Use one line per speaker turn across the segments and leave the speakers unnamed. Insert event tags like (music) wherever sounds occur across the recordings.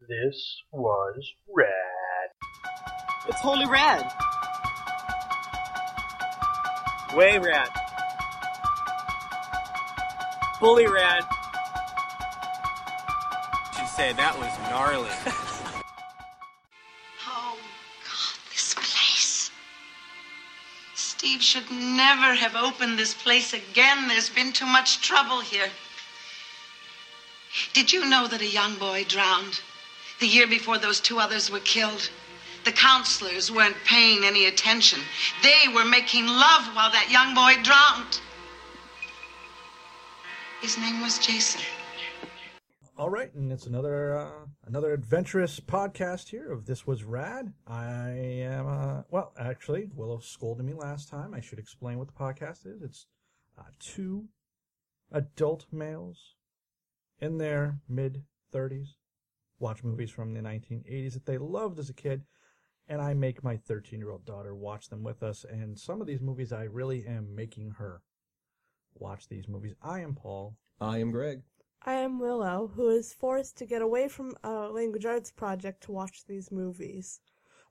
This was rad.
It's holy rad. Way rad. Bully rad.
Should say that was gnarly. (laughs)
Oh, God, this place. Steve should never have opened this place again. There's been too much trouble here. Did you know that a young boy drowned the year before those two others were killed? The counselors weren't paying any attention. They were making love while that young boy drowned. His name was Jason.
All right, and it's another uh, another adventurous podcast here of This Was Rad. I am uh, well, actually, Willow scolded me last time. I should explain what the podcast is. It's uh, two adult males in their mid thirties watch movies from the 1980s that they loved as a kid, and I make my 13 year old daughter watch them with us. And some of these movies, I really am making her watch these movies. I am Paul.
I am Greg.
I am Willow, who is forced to get away from a language arts project to watch these movies.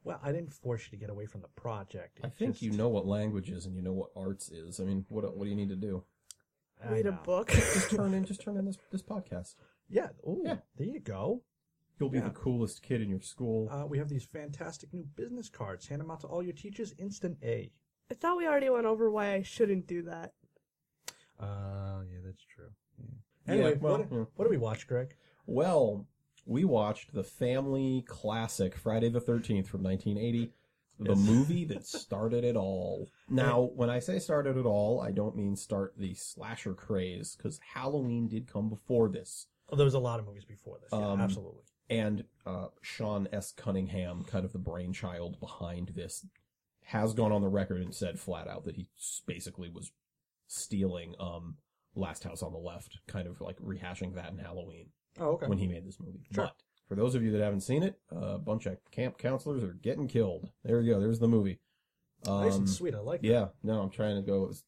Well, I didn't force you to get away from the project.
I
It
think
just-
you know what language is and you know what arts is. I mean, what what do you need to do?
I
Read a
know. (laughs)
book.
Just turn in, just turn in this this podcast.
Yeah. Ooh,
Yeah.
There you go.
You'll be
Yeah.
the coolest kid in your school.
Uh, we have these fantastic new business cards. Hand them out to all your teachers. Instant A.
I thought we already went over why I shouldn't do that.
Uh, yeah, that's true.
Yeah,
Anyway,
well,
what,
yeah.
what do we watch, Greg?
Well, we watched the family classic Friday the Thirteenth from 1980, the movie that started it all. Now, when I say started it all, I don't mean start the slasher craze because Halloween did come before this.
Oh, there was a lot of movies before this. Yeah,
Um,
absolutely.
and uh, Sean S. Cunningham, kind of the brainchild behind this, has gone on the record and said flat out that he s- basically was stealing um, Last House on the Left, kind of like rehashing that in Halloween
Oh, okay.
when he made this movie.
Sure.
But for those of you that haven't seen it, uh, a bunch of camp counselors are getting killed. There you go. There's the movie. Um,
nice and sweet. I like that.
Yeah. No, I'm trying to go it's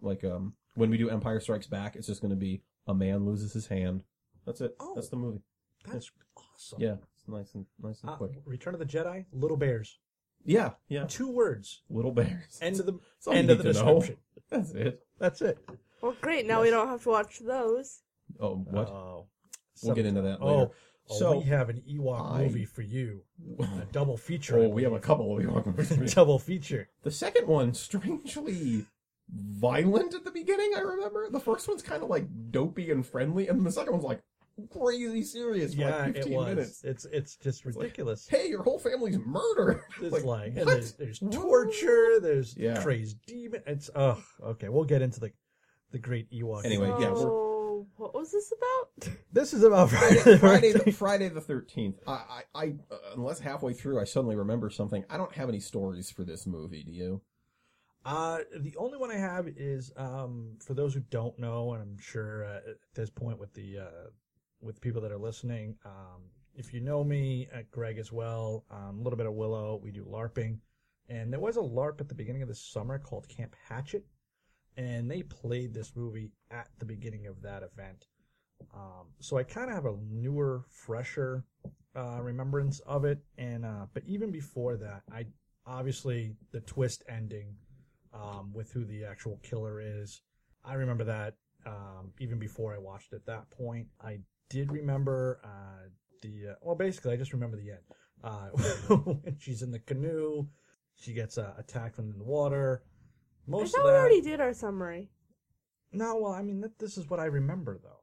like um, when we do Empire Strikes Back, it's just going to be a man loses his hand. That's it.
Oh.
That's the movie.
That's awesome.
Yeah, it's nice and nice and
Uh,
quick.
Return of the Jedi, Little Bears.
Yeah, yeah.
Two words.
(laughs) Little bears.
End of the
That's all you
end of the
need to know.
description.
(laughs) That's it.
That's it.
Well, great. Now we don't have to watch those.
Oh, what?
Oh,
We'll get into that
Oh,
later.
oh,
So-
we have an Ewok
I-
movie for you. A double feature. I
(laughs) oh, we have a
believe.
couple of
(laughs)
Ewok
double feature.
(laughs) The second one, strangely violent at the beginning. I remember the first one's kind of like dopey and friendly, and the second one's like crazy serious for
Yeah,
like
it
fifteen
was.
minutes.
It's it's just ridiculous.
(laughs) Hey, your whole family's (laughs) murdered.
It's like, and
what?
there's, there's torture, there's
Yeah.
crazed demon. It's oh, okay. We'll get into the the great Ewok.
Anyway, yeah, we're-
So, what was this about? (laughs)
this is about (laughs) Friday.
Friday,
the
Friday, the,
13th.
Friday the 13th. I, I, I, uh, unless halfway through I suddenly remember something, I don't have any stories for this movie, do you?
Uh, the only one I have is um, for those who don't know, and I'm sure uh, at this point with the uh, with people that are listening, um, if you know me, uh, Greg as well, um, a little bit of Willow, we do LARPing, and there was a LARP at the beginning of the summer called Camp Hatchet, and they played this movie at the beginning of that event. Um, so I kind of have a newer, fresher uh, remembrance of it, and uh, but even before that, I obviously the twist ending um, with who the actual killer is. I remember that um, even before I watched at that point. I did remember uh, the uh, well, basically, I just remember the end. Uh, (laughs) when she's in the canoe, she gets uh, attacked when in the water.
I
Most
thought
of
we
that.
already did our summary.
No, well, I mean, that, this is what I remember though.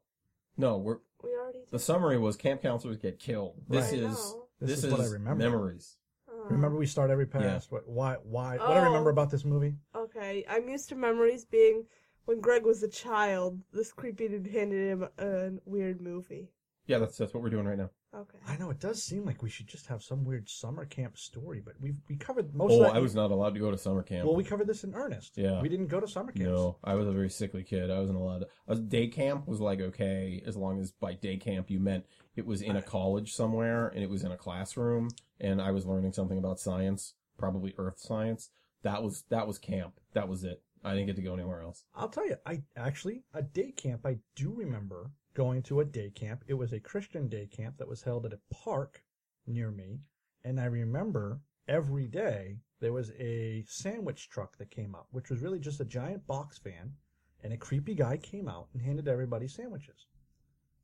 No, we're
We already did.
The summary was camp counselors get killed. This
Right.
I
is
know.
this, is, what I remember. memories.
Uh,
Remember, we start every past. What? Why? Why? What I
Oh.
remember about this movie?
Okay, I'm used to memories being when Greg was a child. This creepy dude handed him a weird movie.
Yeah, that's that's what we're doing right now.
Okay.
I know it does seem like we should just have some weird summer camp story, but we we covered most of
Oh,
that.
I was not allowed to go to summer camp.
well, we covered this in earnest.
Yeah.
we didn't go to summer camps.
no, I was a very sickly kid. I wasn't allowed. To, I was, day camp was like okay, as long as by day camp you meant it was in a college somewhere and it was in a classroom and I was learning something about science, probably earth science. That was that was camp. That was it. I didn't get to go anywhere else.
I'll tell you, I actually a day camp I do remember going to a day camp. It was a Christian day camp that was held at a park near me. And I remember every day there was a sandwich truck that came up, which was really just a giant box van. And a creepy guy came out and handed everybody sandwiches.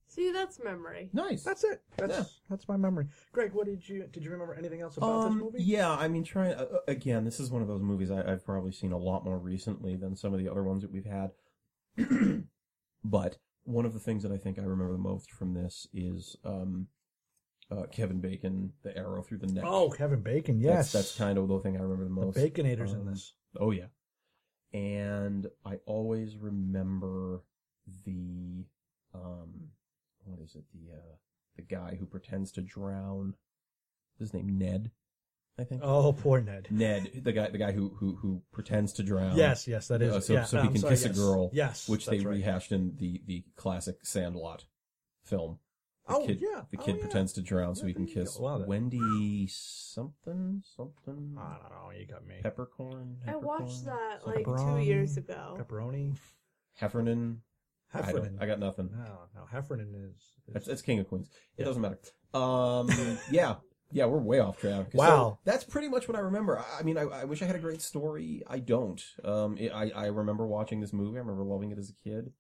See, that's memory.
Nice.
That's it. That's
Yeah.
that's my memory. Greg, what did you did you remember anything else about
Um,
this movie?
Yeah, I mean, trying uh, uh, again. This is one of those movies I, I've probably seen a lot more recently than some of the other ones that we've had. (clears throat) but one of the things that I think I remember the most from this is um, uh, Kevin Bacon, the arrow through the neck.
Oh, Kevin Bacon.
That's-
Yes,
that's, kind of the thing I remember the
the
most.
Baconator's in
Um,
this.
Oh yeah. And I always remember the um what is it? The uh the guy who pretends to drown. Is his name Ned, I think.
Oh, poor Ned.
Ned, the guy the guy who who who pretends to drown.
yes, yes, that is.
Uh, so
yeah,
so he
I'm
can
sorry,
kiss
yes.
a girl.
Yes,
Which they
that's right.
rehashed in the the classic Sandlot film. The
Oh
kid,
yeah,
The
oh,
kid
yeah.
pretends to drown so
Yeah,
he can
there you
kiss
go. Wow, that- Ah,
Wendy something something
I don't know. You got me.
peppercorn.
I
Peppercorn?
watched that
Something.
like two years
Pepperoni.
ago.
Pepperoni.
Heffernan. I,
Heffernan.
don't, I got nothing.
no, no. Heffernan is.
That's,
is
that's King of Queens. It
Yeah.
doesn't matter. Um, (laughs) yeah, yeah, we're way off track. So
Wow.
that's pretty much what I remember. I, I mean, I, I wish I had a great story. I don't. Um, it, I I remember watching this movie. I remember loving it as a kid.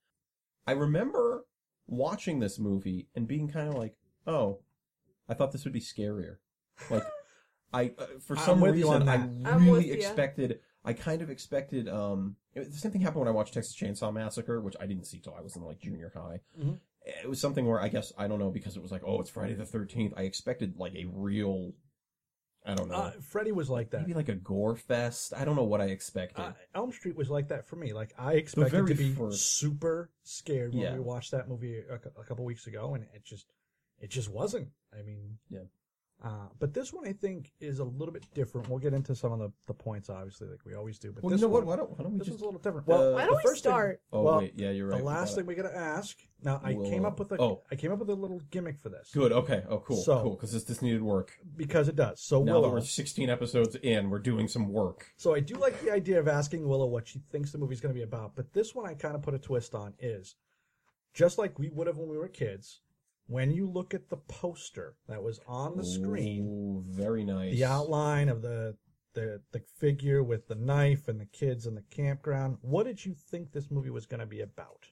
I remember watching this movie and being kind of like, oh, I thought this would be scarier.
(laughs)
Like, I uh, for
I'm
some
with you
reason
on
I
that.
I'm with
really
ya.
expected. I kind of expected. Um, it- the same thing happened when I watched Texas Chainsaw Massacre, which I didn't see till I was in like junior high it was something where I guess I don't know because it was like, oh, it's Friday the Thirteenth. I expected like a real, I don't know,
uh, Freddy was like that.
maybe like a gore fest. I don't know what I expected.
Uh, Elm Street was like that for me. Like I expected
very
to be
first-
super scared when
Yeah.
we watched that movie a, cou- a couple weeks ago, and it just, it just wasn't. I mean,
Yeah.
Uh, but this one I think is a little bit different. We'll get into some of the, the points, obviously, like we always do. But
well, you
this
know
one,
what? Why don't why don't we
this
just?
one's a little different.
Uh,
Well,
Why
Why
the
don't we
first thing-
start?
Oh
well,
wait, yeah, you're right.
the
we
last
got
thing
it.
we gotta ask. Now I
We'll,
came
uh,
up with a I
oh.
came up with a little gimmick for this
Good. Okay. Oh, cool.
So-
cool. Because this this needed work.
because it does. So
Now
Willow,
that we're 16 episodes in, we're doing some work.
So I do like the idea of asking Willow what she thinks the movie's going to be about, but this one I kind of put a twist on is just like we would have when we were kids, when you look at the poster that was on the screen,
Ooh, very nice.
the outline of the the the figure with the knife and the kids in the campground, what did you think this movie was going to be about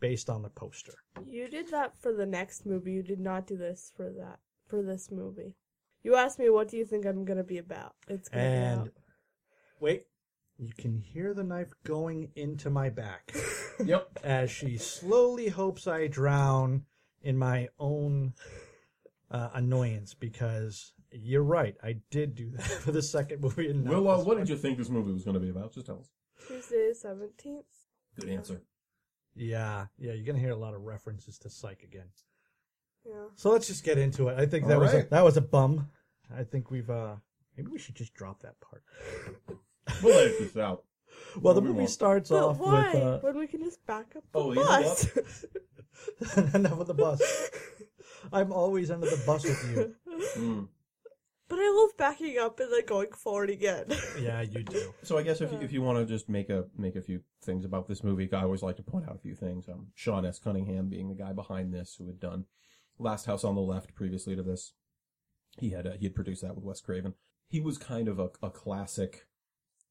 based on the poster?
You did that for the next movie. You did not do this for that for this movie. You asked me what do you think I'm gonna be about. It's gonna
And
be
wait, you can hear the knife going into my back. (laughs)
Yep.
as she slowly hopes I drown in my own uh, annoyance because you're right. I did do that (laughs) for the second movie. And not this
Willow, uh, what
one.
did you think this movie was going to be about? Just tell us.
out Tuesday seventeenth.
(laughs)
Good answer.
Yeah, yeah, you're gonna hear a lot of references to Psych again.
Yeah.
So let's just get into it. I think that
All
was a,
right.
that was a bum. I think we've uh maybe we should just drop that part.
We'll edit this out.
Well, the
We
movie
won't.
starts
But
off
why?
with uh,
when we can just back up the
Oh, you know
bus.
(laughs) enough of the bus. I'm always under the bus with you.
Mm.
(laughs) But I love backing up and then going forward again.
Yeah, you do.
So I guess if you, if you want to just make a make a few things about this movie, I always like to point out a few things. Um, Sean S. Cunningham being the guy behind this, who had done Last House on the Left previously to this, he had uh, he had produced that with Wes Craven. He was kind of a, a classic,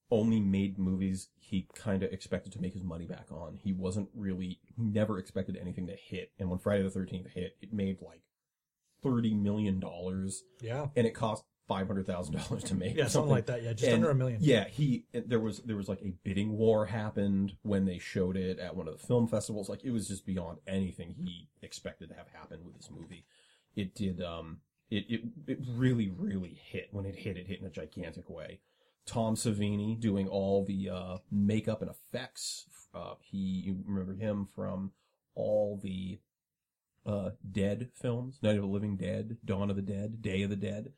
only made movies he kind of expected to make his money back on. He wasn't really he never expected anything to hit. And when Friday the Thirteenth hit, it made like thirty million dollars,
Yeah,
and it cost five hundred thousand dollars to make.
yeah,
or
something like that. Yeah, just
And-
under a million.
yeah, he there was there was like a bidding war happened when they showed it at one of the film festivals. Like it was just beyond anything he expected to have happen with this movie. It did um it it, it really really hit when it hit it hit in a gigantic way. Tom Savini doing all the uh, makeup and effects. Uh, he you remember him from all the uh, Dead films, Night of the Living Dead, Dawn of the Dead, Day of the Dead.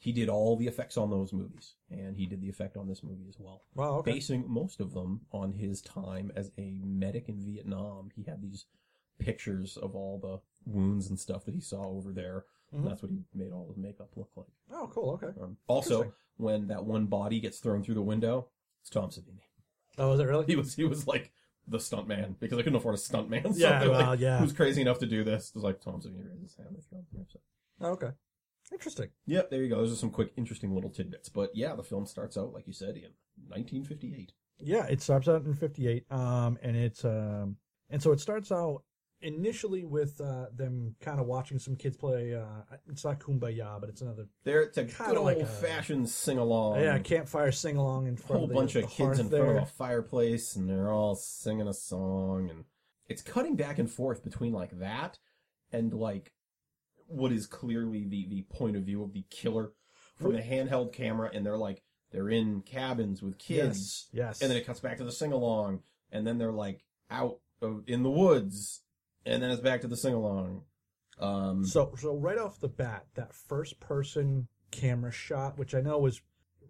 He did all the effects on those movies, and he did the effect on this movie as well.
Wow. Okay.
Basing most of them on his time as a medic in Vietnam, he had these pictures of all the wounds and stuff that he saw over there. and
Mhm.
That's what he made all his makeup look like.
Oh, cool. Okay.
Um, also,
Interesting.
when that one body gets thrown through the window, it's Tom Savini. (laughs)
Oh, is it really?
He was he was like the stuntman because I couldn't afford a stuntman. (laughs) So
Yeah,
they're like,
well, yeah.
Who's crazy enough to do this? It's like Tom's gonna raise his hand. If you're on the website.
Oh, okay. Interesting.
Yep, there you go. Those are some quick, interesting little tidbits. But yeah, the film starts out like you said in 1958.
Yeah, it starts out in '58, um, and it's um, and so it starts out initially with uh, them kind of watching some kids play. Uh, it's not Kumbaya, but it's another
There, it's a
Kinda
good old
like a-
fashioned sing along.
yeah campfire sing along in front
Um, whole
of the,
bunch
the
of kids
hearth
in front
there.
of a fireplace and they're all singing a song and it's cutting back and forth between like that and like what is clearly the the point of view of the killer from the handheld camera and they're like they're in cabins with kids
Yes, yes,
and then it cuts back to the sing along and then they're like out of, in the woods and then it's back to the sing along um
So, so right off the bat, that first person camera shot, which I know was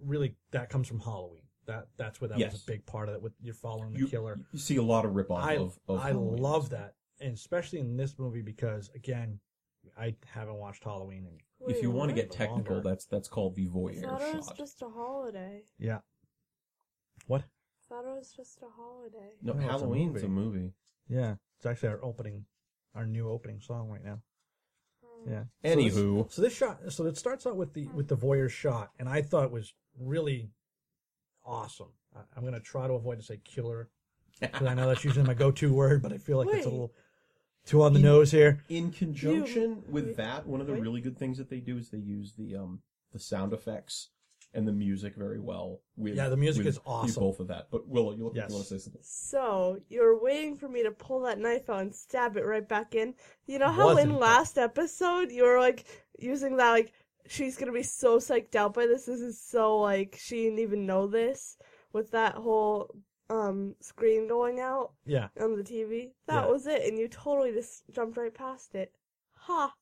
really that comes from Halloween. That that's where that was
Yes.
a big part of it. With you're following the
you,
killer.
you see a lot of rip off
I
of, of
I
Halloween.
love that, and especially in this movie because again, I haven't watched Halloween. And,
if you want to get
Wait,
technical
longer.
that's that's called the
I
voyeur
thought it was
shot
just a holiday.
yeah. What?
I thought it was just a holiday.
No,
No, it's a
Halloween's a movie.
Yeah, it's actually our opening, our new opening song right now.
Um,
Yeah.
Anywho,
So this shot, so it starts out with the with the voyeur shot, and I thought it was really awesome. I, I'm gonna try to avoid to say killer because I know that's usually my go-to word, but I feel like it's a
Wait.
little too on the nose here.
in conjunction with
wait,
that, one of the
wait.
really good things that they do is they use the um the sound effects and the music very well. With
Yeah, the music
with
is awesome.
Both of that, but Willow, you,
Yes.
you want to say something?
So you were waiting for me to pull that knife out and stab it right back in. You know how
Wasn't,
in
but-
last episode you were like using that like she's gonna be so psyched out by this. This is so like she didn't even know this with that whole um screen going out
Yeah,
on the TV. That
Yeah.
was it, and you totally just jumped right past it. Ha!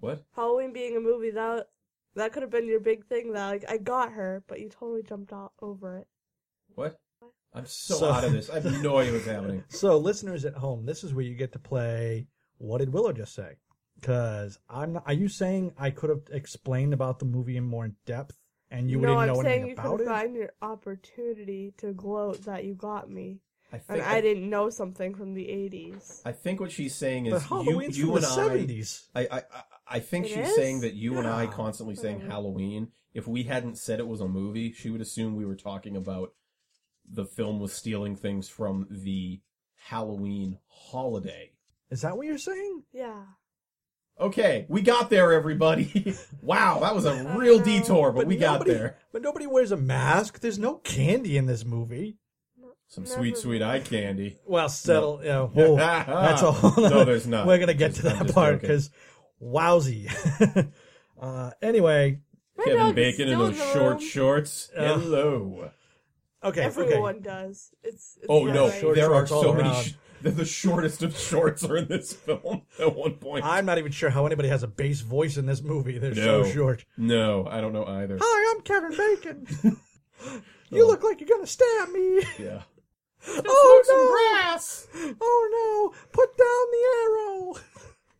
What?
Halloween being a movie that that could have been your big thing. That like I got her, but you totally jumped o- over it.
What? I'm so,
So-
out of this. I have no idea what's (laughs) happening.
So, listeners at home, this is where you get to play. What did Willow just say? Because I'm. Not, are you saying I could have explained about the movie in more depth, and you
no,
didn't
I'm
know
saying
anything
you
about
could
it?
find your opportunity to gloat that you got me,
I
and
think
I didn't know something from the '80s.
I think what she's saying
But
is you,
Halloween's
you
from
and
the '70s.
I. I, I, I- I think
It
she's
is?
saying that you and I
Yeah.
constantly saying
Mhm.
Halloween. If we hadn't said it was a movie, she would assume we were talking about the film was stealing things from the Halloween holiday.
Is that what you're saying?
Yeah,
Okay, we got there, everybody. (laughs) wow, that was a real
know.
detour, but, we got
nobody-
there.
But nobody wears a mask. There's no candy in this movie.
(laughs)
Some
Never
sweet, sweet eye candy.
(laughs) Well, settle. Yeah, (laughs) whoa, Oh, that's a whole.
(laughs) No,
nother-
there's not.
We're gonna get
Just-
to
I'm
that
just
part
joking.
because, wowsy. (laughs) uh, anyway,
My
Kevin
dog is
Bacon in
still
those
the
short
room.
shorts.
Yeah.
Hello.
okay,
Everyone
okay.
does. It's, it's
Oh
not
no,
right.
Short
there are
shorts all
so many.
around.
Sh- (laughs) the- the shortest of shorts are in this film (laughs) at one point.
I'm not even sure how anybody has a bass voice in this movie. They're
No.
so short.
No, I don't know either.
Hi, I'm Kevin (laughs) Bacon. you look like you're gonna stab me.
Yeah.
oh no! Oh no! Put down the arrow.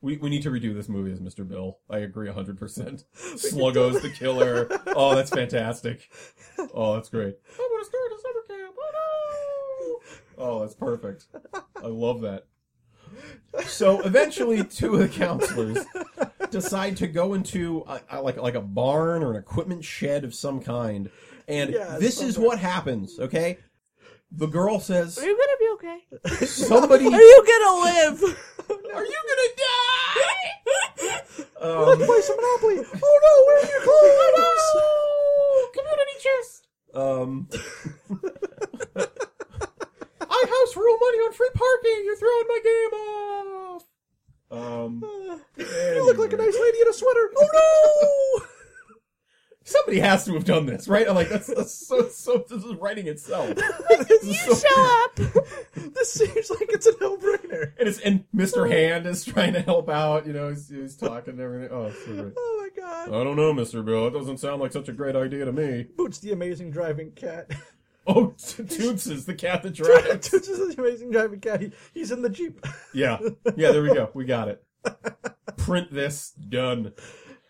We, we need to redo this movie as Mr. Bill. I agree (laughs) 100%. Sluggo's the killer. (laughs) Oh, that's fantastic. Oh, that's great. I'm going to start a summer camp. Oh, no. Oh, that's perfect. I love that. So eventually, two of the counselors decide to go into a, a- like like a barn or an equipment shed of some kind, and
Yeah,
this is
somewhere.
what happens. Okay, the girl says,
Are you gonna be
(laughs)
okay?
"Somebody,
Are you gonna live?
are you gonna (laughs) die?"
Let's play some Monopoly. Oh no! Where are your clothes?
Community chest. Um. (laughs) I house rule money on free parking. You're throwing my game off. Um.
Uh, You look like a nice lady in a sweater. Oh no!
(laughs) Somebody has to have done this, right? I'm like, that's, that's so so. This is writing itself.
(laughs)
This is so-
this seems like it's a no-brainer.
and it's and Mr. Hand is trying to help out. You know, he's, he's talking and everything. Oh, it's so great.
Oh my god.
I don't know, Mr. Bill. It doesn't sound like such a great idea to me.
Boots the amazing driving
(laughs)
cat. (laughs)
Oh, Toots is the cat that drives.
Toots is the amazing driving cat. He, he's in the Jeep. (laughs)
Yeah. Yeah, there we go. We got (laughs) it. Print this. Done.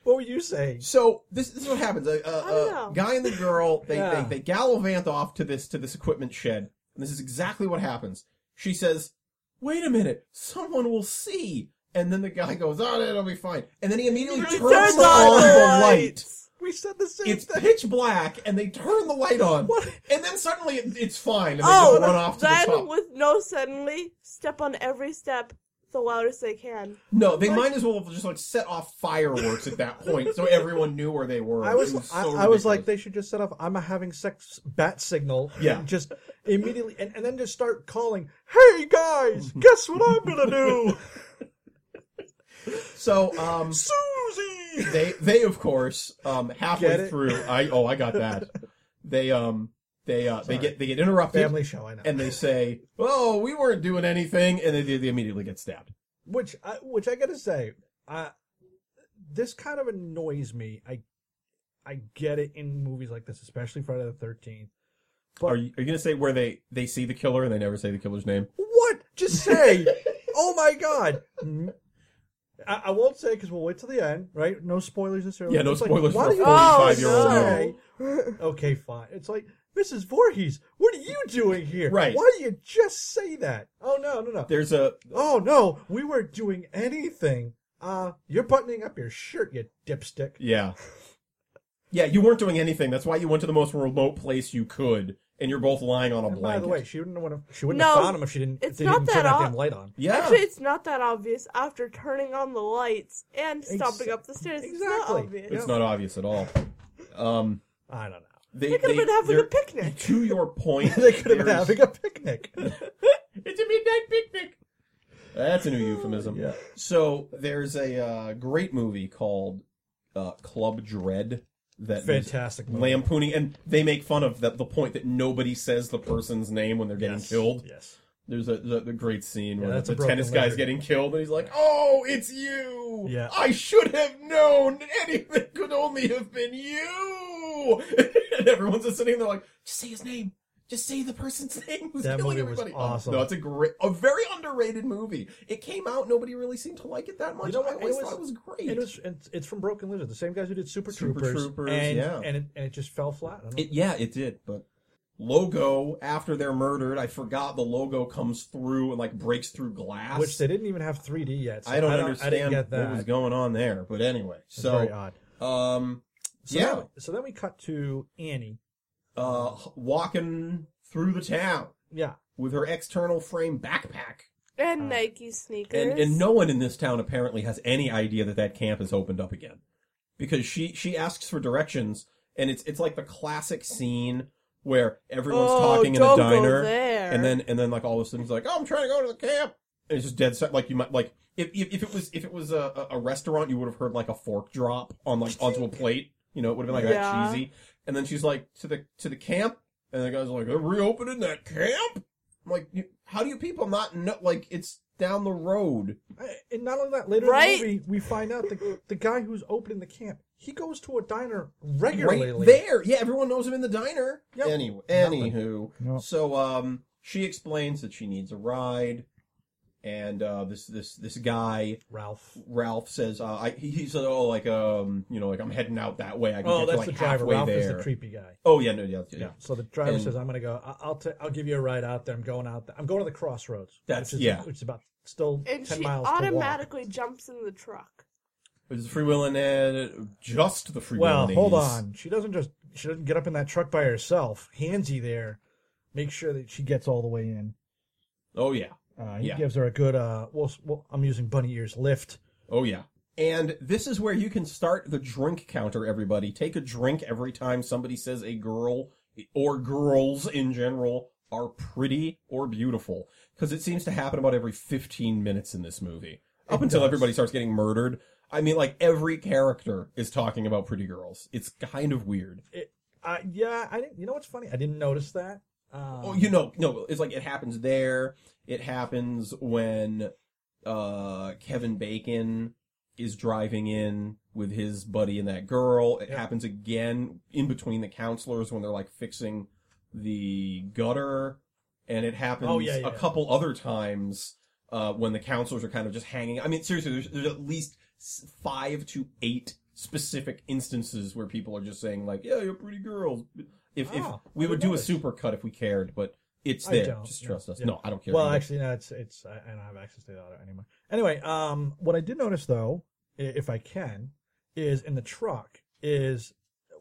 What were you saying?
So this, this is what happens. A, a,
don't
a
know.
guy and the girl they,
Yeah.
they they gallivant off to this to this equipment shed, and this is exactly what happens. She says, "Wait a minute, someone will see." And then the guy goes, "Oh, it'll be fine." And then he immediately
He
turns,
turns
on, the light.
We said the same
It's
thing.
pitch black, and they turn the light on.
What?
And then suddenly it, it's fine, and they
Oh,
just run off to the
then
top.
with no suddenly, step on every step the loudest they can.
No, they might as well have just like set off fireworks at that point, so everyone knew where they were.
I
It
was, I,
so
I was like,
ridiculous.
they should just set off. I'm a having sex bat signal.
Yeah.
and just immediately, and, and then just start calling. Hey
(laughs)
guys, guess what I'm gonna do,
so um,
Susie?
they they of course um
Get
halfway
it?
through. I oh I got that. They um they uh
Sorry.
they get they get interrupted
Family show, I know.
and they say, "Oh, we weren't doing anything," and they they immediately get stabbed.
which I, which I gotta say, I this kind of annoys me. I I get it in movies like this, especially Friday the Thirteenth. But-
Are you, are you gonna say where they they see the killer and they never say the killer's name?
What? Just
(laughs)
say, oh my god. Mm. I, I won't say because we'll wait till the end, right? No spoilers necessarily.
Yeah, no
It's like,
spoilers
why
for
do
a
you
forty-five year old
Oh, no.
girl.
say- Okay, fine. It's like Mrs. Voorhees, what are you doing here?
Right.
Why do you just say that? Oh no, no, no.
There's a
oh no, we weren't doing anything. Uh, you're buttoning up your shirt, you dipstick.
Yeah. Yeah, you weren't doing anything. That's why you went to the most remote place you could, and you're both lying on a
And
blanket.
by the way, she wouldn't have she wouldn't
No,
have found him if she didn't.
it's
if they
not
didn't
that
turn that
o-
damn light on. (laughs)
yeah.
Actually, it's not that obvious after turning on the lights and
Ex-
stomping up the stairs. It's
exactly.
not obvious.
it's not obvious at all. Um,
I
(laughs)
don't know.
they,
They could have been having a
they're-
picnic.
To your point,
(laughs) They could have been
there's-
having a
(laughs)
picnic.
It's a midnight picnic. That's a new euphemism.
Yeah.
So there's a uh, great movie called uh, Club Dread that is
Fantastic movie.
lampooning, and they make fun of the, the point that nobody says the person's name when they're getting
Yes,
killed.
Yes.
There's a the, the great scene
Yeah,
where
that's a
the
broken
tennis guy's
record.
getting killed, and he's like, "Oh, it's you!
Yeah.
I should have known. Anything could only have been you." (laughs) and everyone's just sitting there like, "Just say his name. Just say the person's (laughs) name who's
That
killing
movie was
everybody."
awesome.
No, it's a great, a very underrated movie. It came out, nobody really seemed to like it that much.
You know
I
what?
always
It was-
thought it was great.
It was, it's, it's from Broken Lizard, the same guys who did Super,
Super
Troopers.
Troopers,
and,
yeah.
And it, and it just fell flat. I don't know.
It, yeah, it did, but logo after they're murdered, I forgot the logo comes through and like breaks through glass,
Which they didn't even have 3D yet. so
I don't,
I
understand
didn't get that.
what was going on there, but anyway.
It's very
So,
odd.
um,
So
yeah.
Then, so then we cut to Annie.
uh, walking through the town
Yeah.
with her external frame backpack,
And
Uh,
Nike sneakers.
and and no one in this town apparently has any idea that that camp has opened up again, because she she asks for directions, and it's it's like the classic scene where everyone's
oh,
talking in
don't
a
go
diner,
there.
and then and then like all of a sudden he's like, "Oh, I'm trying to go to the camp," and it's just dead set. Like you might like if if, if it was if it was a, a a restaurant, you would have heard like a fork drop on like onto a plate. You know, it would have been like
Yeah.
that cheesy. And then she's like to the to the camp, and the guy's like, "They're reopening that camp." I'm like, "You- "How do you people not know? Like it's down the road."
I- And not only that, later in
Right?
the movie, we find out the, the guy who's opening the camp, he goes to a diner regularly.
Right there, yeah. Everyone knows him in the diner.
Yep.
Anyway,
Nothing.
anywho,
Yep.
so um, she explains that she needs a ride, and uh, this this this guy
Ralph.
Ralph says, uh, I, he he said, oh, like, um, you know, like I'm heading out that way. I can
Oh,
get
that's
to, like,
the driver.
halfway
Ralph
there.
is the creepy guy.
Oh, yeah, no, yeah, yeah.
Yeah. So the driver
And-
says, "I'm gonna go. I- I'll t- I'll give you a ride out there. I'm going out. There. I'm going to the crossroads.
That's-
which is,
yeah.
Which is about still
And
ten
she
miles
automatically jumps in the truck.
Is the free will in it? Just the
To
free
walk.
will
Well,
in
hold
these.
on. She doesn't just she doesn't get up in that truck by herself. Handsy there, make sure that she gets all the way in.
Oh, yeah.
Uh, he
Yeah.
gives her a good. Uh, well, well, I'm using bunny ears lift.
Oh, yeah. And this is where you can start the drink counter, everybody. Take a drink every time somebody says a girl or girls in general are pretty or beautiful. Because it seems to happen about every 15 minutes in this movie. Up
It
until
does.
everybody starts getting murdered. I mean, like, every character is talking about pretty girls. It's kind of weird.
Uh, yeah, I didn't. You know what's funny? I didn't notice that. Um,
Oh, you know, no, it's like it happens there. It happens when uh Kevin Bacon is driving in with his buddy and that girl. It
Yeah.
happens again in between the counselors when they're like fixing the gutter, and it happens
Oh, yeah, yeah,
a
yeah.
couple other times uh when the counselors are kind of just hanging. I mean, seriously, there's, there's at least s- five to eight specific instances where people are just saying like, "Yeah, you're pretty girls." If if
Ah, I
we
didn't
would do a
notice.
super cut if we cared, but It's
I
there.
don't,
Just
no,
trust us.
yeah.
No, I don't care.
Well,
either.
actually, no. It's it's I, I don't have access to the auto anymore. Anyway, um, what I did notice though, i- if I can, is in the truck is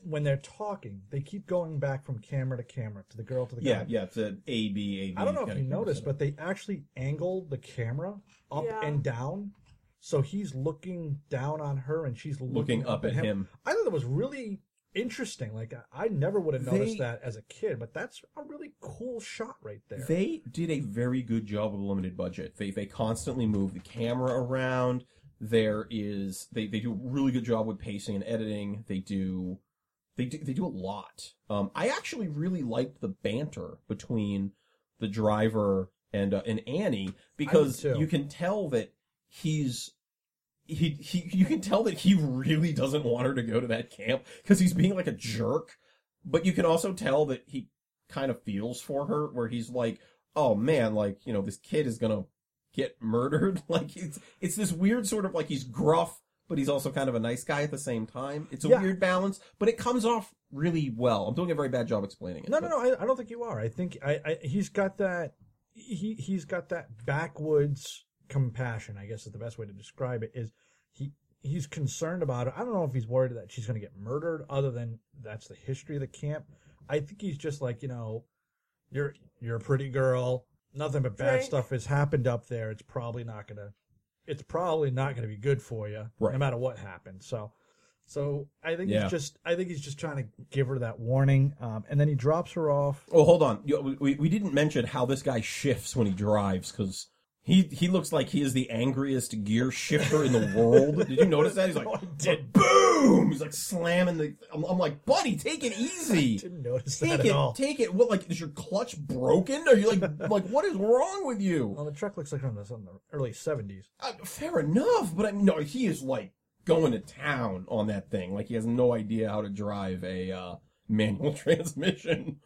when they're talking, they keep going back from camera to camera to the girl to the
yeah,
guy.
yeah, it's an A B A B.
I don't know if
kinda
you
camera
noticed,
setup.
but they actually angle the camera up
Yeah.
and down, so he's looking down on her and she's looking,
looking up at him.
I thought that was really interesting. Like I- I never would have noticed
They-
that as a kid, but that's a really cool shot right there.
They did a very good job of a limited budget. They they constantly move the camera around. There is they, they do a really good job with pacing and editing. They do they do they do a lot. Um, I actually really liked the banter between the driver and uh, and Annie because
too.
you can tell that he's he, he you can tell that he really doesn't want her to go to that camp because he's being like a jerk but you can also tell that he kind of feels for her where he's like oh man like you know this kid is gonna get (laughs) murdered like it's it's this weird sort of like he's gruff but he's also kind of a nice guy at the same time it's a
Yeah.
weird balance but it comes off really well i'm doing a very bad job explaining it
No, no,
but-
no. I, I don't think you are. I think I, I he's got that he he's got that backwoods compassion. I guess is the best way to describe it. Is he he's concerned about her. I don't know if he's worried that she's going to get murdered. Other than that's the history of the camp. I think he's just like you know, you're you're a pretty girl. Nothing but bad
Drink.
stuff has happened up there. It's probably not gonna. It's probably not gonna be good for you,
Right.
no matter what happens. So, so I think
Yeah.
he's just. I think he's just trying to give her that warning, um, and then he drops her off.
Oh, hold on. You- We, we didn't mention how this guy shifts when he drives because he he looks like he is the angriest gear shifter
(laughs)
in the world. Did you notice that? He's like,
No,
(laughs)
I didn't.
boom! He's like slamming the. I'm, I'm like, buddy, take it
(laughs)
easy.
Didn't notice that
Take
at
it,
all.
take it. What like is your clutch broken? Are
(laughs)
you like like what is wrong with you?
Well, the truck looks like from the, from the early seventies.
Uh, fair enough, but I mean, no, he is like going to town on that thing. Like he has no idea how to drive a uh, manual (laughs) transmission.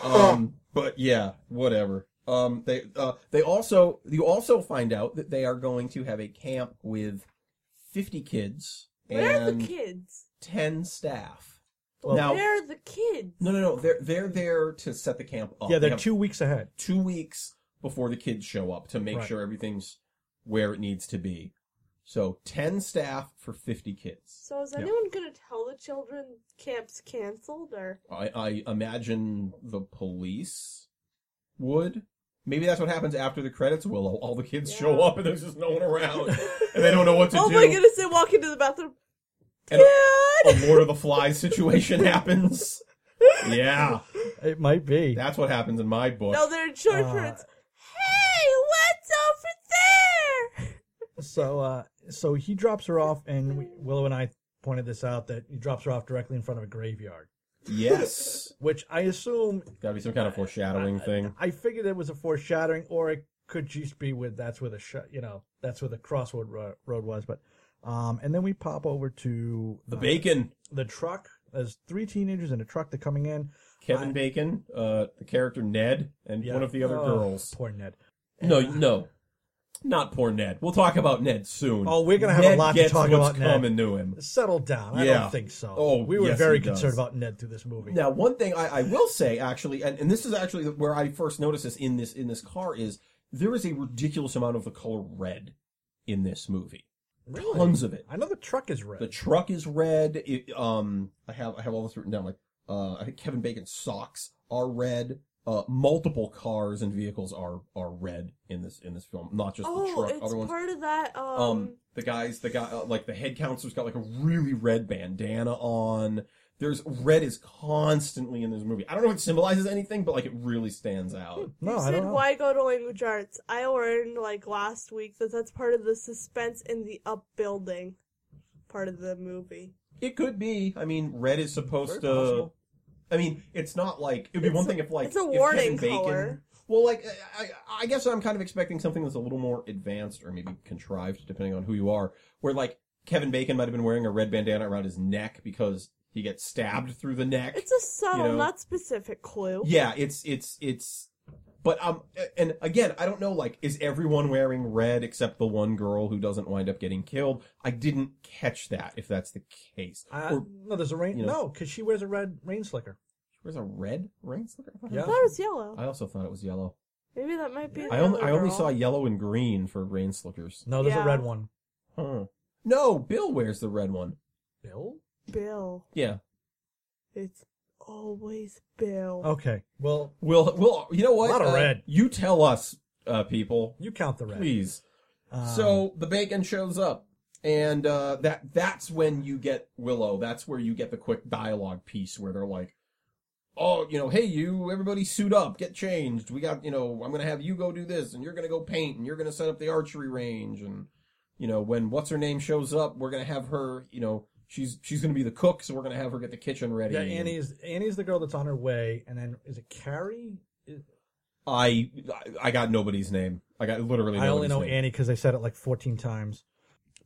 Um, but yeah, whatever. Um, they uh, they also you also find out that they are going to have a camp with fifty kids
Where are the
and
kids?
ten staff.
Well-
now,
Where are the kids?
no, no, no, they're they're there to set the camp up.
yeah,
They
they're
have
two weeks ahead.
two weeks before the kids show up to make
Right.
sure everything's where it needs to be. So ten staff for fifty kids.
So is
Yeah.
anyone gonna tell the children camp's canceled or?
I, I imagine the police would. Maybe that's what happens after the credits. Willow, all the kids show
Yeah.
up and there's just no one
(laughs)
around, and they don't know what to
oh
do.
my goodness! They walk into the bathroom.
And
Dad!
a Oh, Lord of the Flies
(laughs)
situation happens. Yeah,
It might be.
that's what happens in my book.
No, they're in short
Uh,
shorts. Hey, what's over there?
So, uh, so he drops her off, and we, Willow and I pointed this out that he drops her off directly in front of a graveyard,
Yes,
which I assume
got to be some kind of
(laughs)
foreshadowing thing.
I figured it was a foreshadowing, or it could just be with that's where the sh- you know that's where the crossroad ro- road was. But um, and then we pop over to
The
uh,
bacon.
the truck. There's three teenagers in a truck. They're coming in.
Kevin
I-
Bacon, uh, the character Ned, and
Yeah.
one of the other
Oh,
girls.
Poor Ned.
No, no, not poor Ned. We'll talk about Ned soon.
Oh, we're gonna have a
Ned
lot to
gets
talk
what's
about Ned.
coming to him.
Settle down. I
Yeah.
don't think so.
Oh,
we were
yes,
very
he does.
concerned about Ned through this movie.
Now, one thing I, I will say actually, and, and this is actually where I first noticed this in this in this car is there is a ridiculous amount of the color red in this movie.
Really?
Tons of it.
I know the truck is red.
The truck is red. It, um, I have I have all this written down. Like, uh, I think Kevin Bacon's socks are red. Uh, multiple cars and vehicles are are red in this in this film, not just the
Oh,
truck.
it's
Other ones.
part of that. Um,
um, the guys, the guy, uh, like the head counselor's got like a really red bandana on. There's red is constantly in this movie. I don't know if it symbolizes anything, but like it really stands out.
no,
you
I
said
don't know.
why go to language arts? I learned like last week that that's part of the suspense in the upbuilding part of the movie.
It could be. I mean, red is supposed
Very
to.
possible.
I mean, it's not like it'd be
It's
one
a-
thing if like
it's a
if
warning
Kevin Bacon-
color.
Well, like I, I- I guess I'm kind of expecting something that's a little more advanced or maybe contrived, depending on who you are. Where like Kevin Bacon might have been wearing a red bandana around his neck because he gets stabbed through the neck.
It's a subtle,
know?
not specific clue.
Yeah, it's it's it's but um and again, I don't know like is everyone wearing red except the one girl who doesn't wind up getting killed? I didn't catch that if that's the case.
Uh,
or
no, there's a rain.
you know.
no, because she wears a red rain slicker.
There's a red rain slicker. I thought it
Yeah.
was-
I thought it was yellow.
I also thought it was yellow.
Maybe that might be.
I
the
only
other
I only
girl.
saw yellow and green for rain slickers.
No, there's
Yeah.
a red one.
Huh. No, Bill wears the red one.
Bill?
Bill.
Yeah.
It's always Bill.
Oh,
Okay. Well,
We'll we'll you know what?
Lot of
Uh,
red.
You tell us, uh, people,
you count the red.
please.
Um,
So the bacon shows up, and uh, that that's when you get Willow. That's where you get the quick dialogue piece where they're like, "Oh, you know, hey, you, everybody, suit up, get changed. We got, you know, I'm gonna have you go do this, and you're gonna go paint, and you're gonna set up the archery range, and you know, when what's her name shows up, we're gonna have her, you know." She's she's gonna be the cook, so we're gonna have her get the kitchen ready.
yeah, Annie's Annie's the girl that's on her way, and then is it Carrie? Is-
I I- I got nobody's name. I got literally.
I only
nobody's
know
name.
Annie because they said it like 14 times.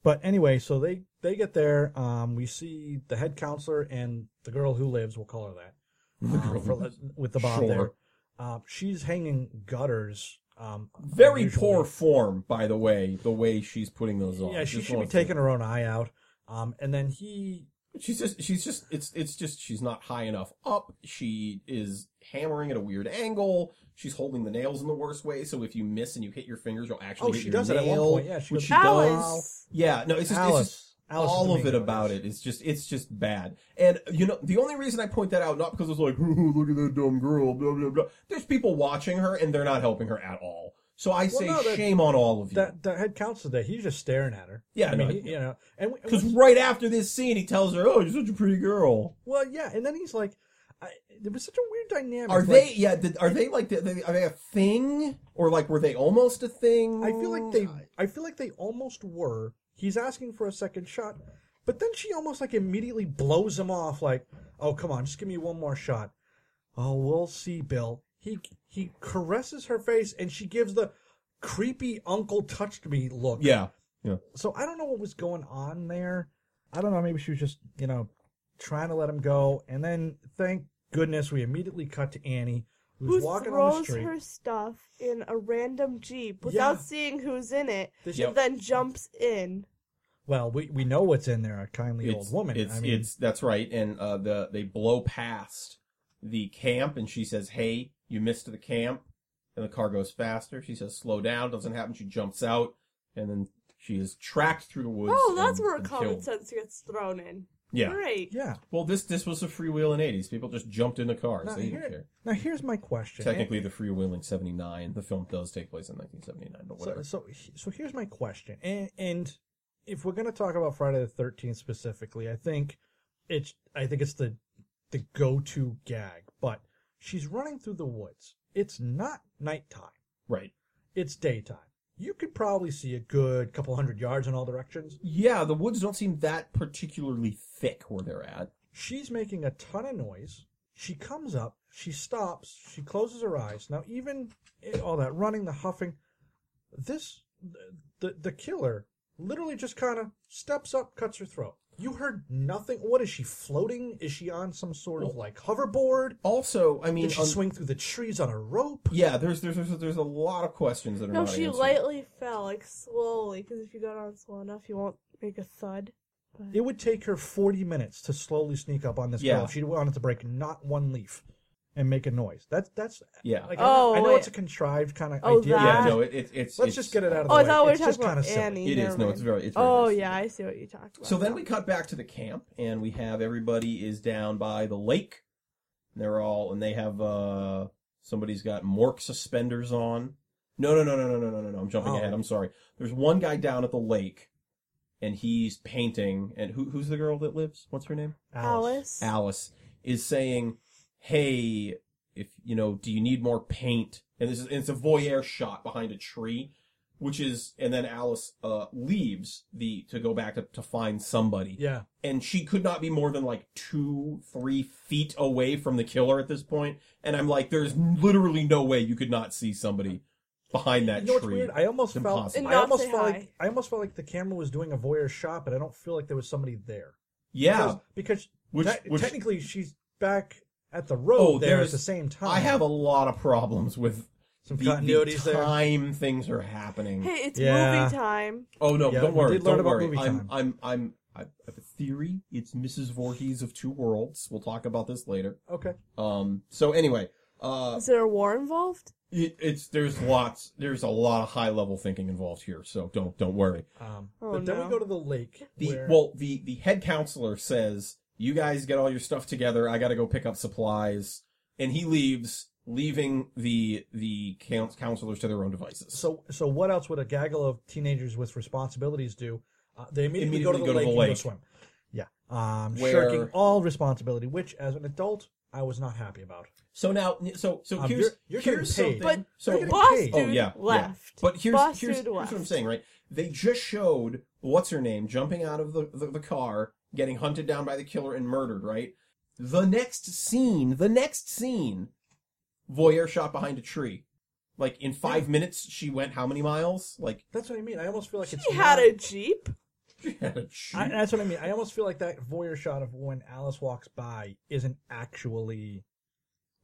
But anyway, so they they get there. Um, we see the head counselor and the girl who lives. We'll call her that.
(laughs)
um, for- with the bob
Sure.
there. Uh, she's hanging gutters. Um,
Very
unusually.
poor form, by the way. The way she's putting those on.
Yeah, she
Just
should be
wanted to-
taking her own eye out. Um, and then he,
She's just. She's just. It's. It's just. She's not high enough up. She is hammering at a weird angle. She's holding the nails in the worst way. So if you miss and you hit your fingers, you'll actually
Oh,
hit
she
your
does it
nail.
at one point. Yeah, she
which
does.
she does.
Alice.
Yeah. No. It's just. It's
Alice,
just
Alice is the
all of
main
it
character.
about it is just it's just bad. And you know, the only reason I point that out not because it's like, (laughs) "Ooh, look at that dumb girl, blah blah blah. There's people watching her and they're not helping her at all. So I say
no, that-
shame on all of you.
That the head counselor there, he's just staring at her.
Yeah,
I
no,
mean,
I-
he, you know, and and
Because
what's-
right after this scene, he tells her, "Oh, you're such a pretty girl."
well, yeah, and then he's like, I, there was such a weird dynamic.
Are
like,
they? Yeah. Did, are they like? Did they, are they a thing? Or like, were they almost a thing?
I feel like they. I feel like they almost were. He's asking for a second shot, but then she almost like immediately blows him off. Like, oh come on, just give me one more shot. Oh, we'll see, Bill. He he caresses her face, and she gives the creepy uncle touched me look.
Yeah.
So I don't know what was going on there. I don't know. Maybe she was just you know trying to let him go, and then thank goodness we immediately cut to Annie,
Who
who's walking on the
throws
street.
her stuff in a random jeep without
Yeah.
seeing who's in it,
This-
Yep.
and then jumps in.
Well, we, we know what's in there. A kindly
It's,
old woman.
It's,
I mean,
it's that's right. And uh, the they blow past the camp, and she says, "Hey, you missed the camp." And the car goes faster. She says, "Slow down." Doesn't happen. She jumps out, and then she is tracked through the woods.
Oh, that's
and-
where
and
common
killed.
sense gets thrown in.
Yeah.
Great.
yeah.
Well, this this was a freewheeling '80s. People just jumped into cars.
Now,
they didn't
here-
care.
Now here's my question.
Technically, the freewheeling '79. The film does take place in 1979, but
so,
whatever.
so so here's my question, and and if we're gonna talk about Friday the Thirteenth specifically, I think it's I think it's the the go to gag. But she's running through the woods. It's not nighttime.
right.
It's daytime. You could probably see a good couple hundred yards in all directions.
Yeah, the woods don't seem that particularly thick where they're at.
She's making a ton of noise. She comes up, she stops, she closes her eyes. Now, even in all that running, the huffing, this, the, the killer literally just kind of steps up, cuts her throat. You heard nothing. What is she floating? Is she on some sort of like hoverboard?
Also, Oh. I mean,
Did she
on-
swing through the trees on a rope?
Yeah, there's there's there's, there's a lot of questions that are
No,
not
she
answered.
lightly fell, like slowly, because if you go down slow enough, you won't make a thud.
It would take her 40 minutes to slowly sneak up on this
Yeah.
girl if she wanted to break not one leaf and make a noise. That's, that's,
Yeah.
like, I know- I know,
Oh,
it's a contrived kind of
Oh,
idea.
yeah,
that-
no, it, it,
Let's
it's it's-
just get it out of the
Oh, I
way.
thought we were
it's
talking
just kind
about
of silly.
Annie.
It
Never
is no,
mind.
it's very it's very
Oh
nice.
yeah, I see what you talked about.
So then
now.
we cut back to the camp, and we have everybody is down by the lake. They're all and they have uh somebody's got mork suspenders on. No, no, no, no, no, no, no, no, no. I'm jumping
Oh.
ahead. I'm sorry. There's one guy down at the lake, and he's painting. And who who's the girl that lives? What's her name?
Alice.
Alice is saying, "Hey, if you know, do you need more paint?" And this is and it's a voyeur shot behind a tree, which is and then Alice uh leaves the to go back to to find somebody,
Yeah.
and she could not be more than like two, three feet away from the killer at this point. And I'm like, there's literally no way you could not see somebody behind that
You know what's
tree.
weird? I almost
It's
felt
impossible.
I
And not
almost
say
felt
hi.
like I almost felt like the camera was doing a voyeur shot, but I don't feel like there was somebody there.
yeah,
Because, because
which,
te-
which
technically she's back at the road
Oh,
there at
there's-
the same time.
I have a lot of problems with.
some
The, the
continuities there.
time things are happening.
Hey, it's
Yeah.
movie time.
Oh no!
Yeah,
don't
we
worry.
did learn
don't
about
worry.
movie
I'm,
time.
I'm I'm I have a theory. It's Mrs. Voorhees of Two Worlds. We'll talk about this later.
Okay.
Um. So anyway, uh,
Is there a war involved?
it, it's there's lots. There's a lot of high level thinking involved here. So don't don't worry.
Um,
Oh,
but then
no.
we go to the lake.
The
where-
well, the the head counselor says, "You guys get all your stuff together. I got to go pick up supplies," and he leaves, leaving the the coun- counselors to their own devices.
so so what else would a gaggle of teenagers with responsibilities do? Uh, they immediately, go to the
Immediately
lake,
go
and
to
go
the
swim. Yeah, um,
Where-
shirking all responsibility, which as an adult I was not happy about.
So now, so so
Um,
here's
you're- you're getting
here's
paid.
something.
But
so
you're getting
Boss
paid.
dude
Oh, yeah, yeah.
left.
But here's
Boss
here's,
dude
here's what
left.
I'm saying, right? They just showed what's her name jumping out of the, the, the car, getting hunted down by the killer and murdered, right? The next scene, the next scene, voyeur shot behind a tree. Like in five minutes, she went how many miles? Like (laughs)
That's what I mean. I almost feel like it's
He had
not-
a jeep.
she had a tree.
I, that's what I mean. I almost feel like that voyeur shot of when Alice walks by isn't actually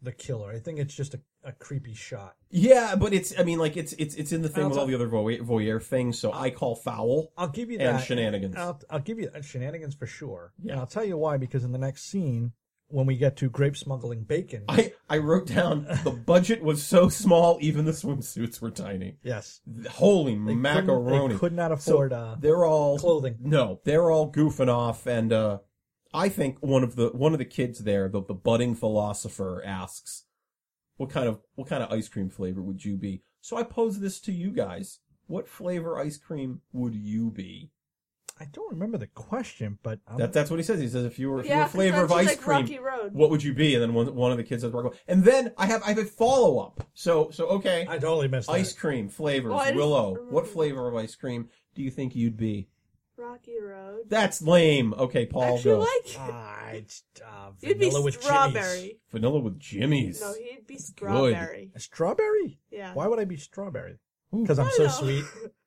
the killer. I think it's just a, a creepy shot.
yeah, but it's I mean like it's it's it's in the thing
I'll
with all
tell-
the other voyeur, voyeur things. So I call foul.
I'll give you
And
that.
shenanigans.
I'll, I'll give you that. shenanigans for sure.
Yeah.
And I'll tell you why because in the next scene, when we get to grape smuggling bacon,
I I wrote down
(laughs)
the budget was so small, even the swimsuits were tiny.
yes,
Holy
couldn't-
macaroni!
they could not
So
afford uh,
they're all
clothing.
No, they're all goofing off, and uh, I think one of the one of the kids there, the, the budding philosopher, asks, "What kind of what kind of ice cream flavor would you be?" So I pose this to you guys: What flavor ice cream would you be?
I don't remember the question, but I'm,
That that's what he says. He says, "If you were, if you were
Yeah,
a flavor of
sounds
ice
just like
cream,
Rocky Road.
what would you be?" And then one one of the kids says, "Rocky Road." And then I have I have a follow up. So so okay,
I totally missed
ice
that.
cream flavors.
Oh, I didn't
Willow,
remember
what
that.
flavor of ice cream do you think you'd be?
Rocky Road.
That's lame. Okay,
I
Paul.
actually
go.
like it.
Ah, it's, uh,
You'd be
vanilla with Jimmy's.
strawberry.
Vanilla with Jimmy's.
No, he'd be strawberry.
Strawberry?
Yeah.
Why would I be strawberry? Because I'm
I
so
know.
sweet.
(laughs)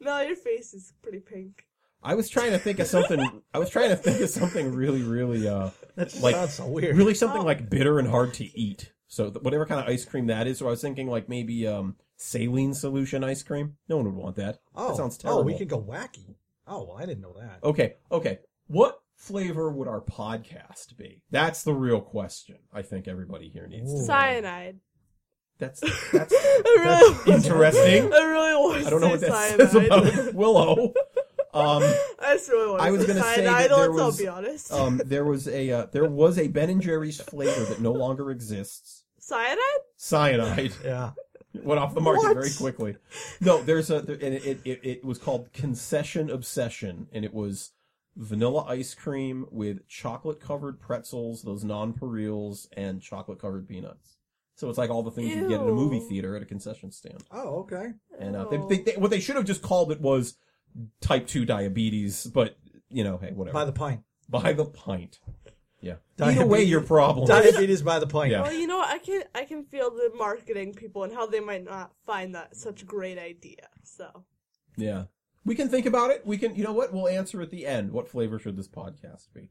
No, your face is pretty pink.
I was trying to think of something. I was trying to think of something really, really, uh,
That
Like-
sounds so weird.
really something
Oh.
like bitter and hard to eat. So th- whatever kind of ice cream that is. So I was thinking like maybe um saline solution ice cream. No one would want that.
Oh,
that sounds terrible.
Oh, we could go wacky. Oh, well, I didn't know that.
Okay, okay. What flavor would our podcast be? That's the real question. I think everybody here needs. To.
Ooh.
Cyanide.
(laughs)
That's that's
I really,
interesting.
I really want
I don't know what
to say
that
cyanide.
says
(laughs)
about Willow. Um,
I just really want
I
to
was
say
gonna say
cyanide.
that there
let's all
was,
be honest.
um, there was a uh, there was a Ben and Jerry's flavor that no longer exists.
cyanide?
Cyanide
Yeah.
went off the market
What?
very quickly. No, there's a there, and it, it it was called Concession Obsession, and it was vanilla ice cream with chocolate covered pretzels, those nonpareils, and chocolate covered peanuts. So it's like all the things you get in a movie
Ew.
theater at a concession stand.
Oh, okay.
And uh,
Oh.
they, they, they, what they should have just called it was type 2 diabetes, but, you know, hey, whatever.
By the pint.
By the pint. Yeah.
Diabetes-
Either way, your problem.
Diabetes by the pint.
Yeah.
Well, you know, what? I can I can feel the marketing people and how they might not find that such a great idea. So
Yeah. We can think about it. We can, you know what? We'll answer at the end. What flavor should this podcast be?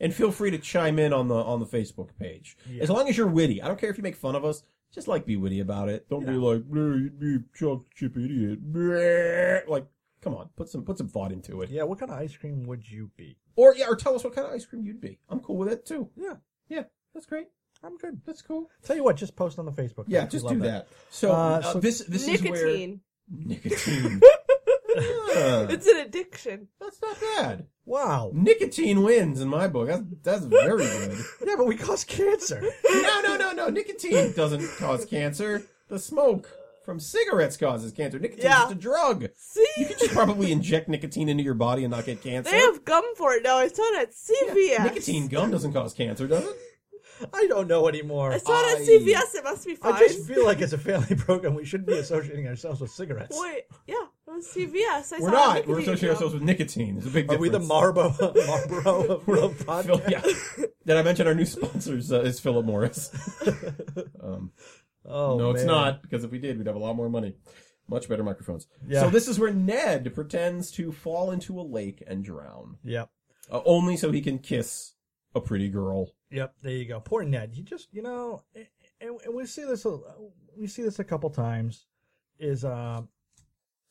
And feel free to chime in on the on the Facebook page.
Yeah.
As long as you're witty, I don't care if you make fun of us. Just like be witty about it. Don't be like "Bleh, you chocolate chip idiot. Bleh." Like, come on, put some put some thought into it.
Yeah, what kind of ice cream would you be?
Or yeah, or tell us what kind of ice cream you'd be. I'm cool with it too.
Yeah.
Yeah, that's great.
I'm good.
That's cool.
Tell you what, just post on the Facebook.
Yeah,
page. We
just
love
do that. So,
Uh,
uh,
so-
this this
nicotine.
is where
(laughs)
nicotine. Ah,
It's an addiction.
that's not bad.
Wow.
Nicotine wins in my book. That's that's very good.
Yeah, but we cause cancer. (laughs)
No, no, no, no. Nicotine doesn't cause cancer. The smoke from cigarettes causes cancer. Nicotine's
Yeah.
just a drug.
See,
You could just probably inject nicotine into your body and not get cancer.
they have gum for it now. I saw it at CVS.
Nicotine gum doesn't cause cancer, does it?
I don't know anymore.
I saw it
I-
at CVS. It must be fine.
I just feel like it's a family (laughs) program. We shouldn't be associating ourselves with cigarettes.
Wait, yeah, it was CVS. I
We're
saw
not.
a
We're
nicotine
associating
gum.
ourselves with nicotine. There's a big
Are
difference.
we the Marlboro, (laughs) Marlboro
(laughs)
of real podcast?
Phil,
(laughs)
yeah. Did I mention our new sponsors uh, is Philip Morris? um,
Oh,
no, it's
man.
not because if we did, we'd have a lot more money, much better microphones.
Yeah.
So this is where Ned pretends to fall into a lake and drown,
Yep.
uh, only so he can kiss a pretty girl.
Yep. There you go. Poor Ned. He just, you know, and, and we see this, a, we see this a couple times. Is uh, um,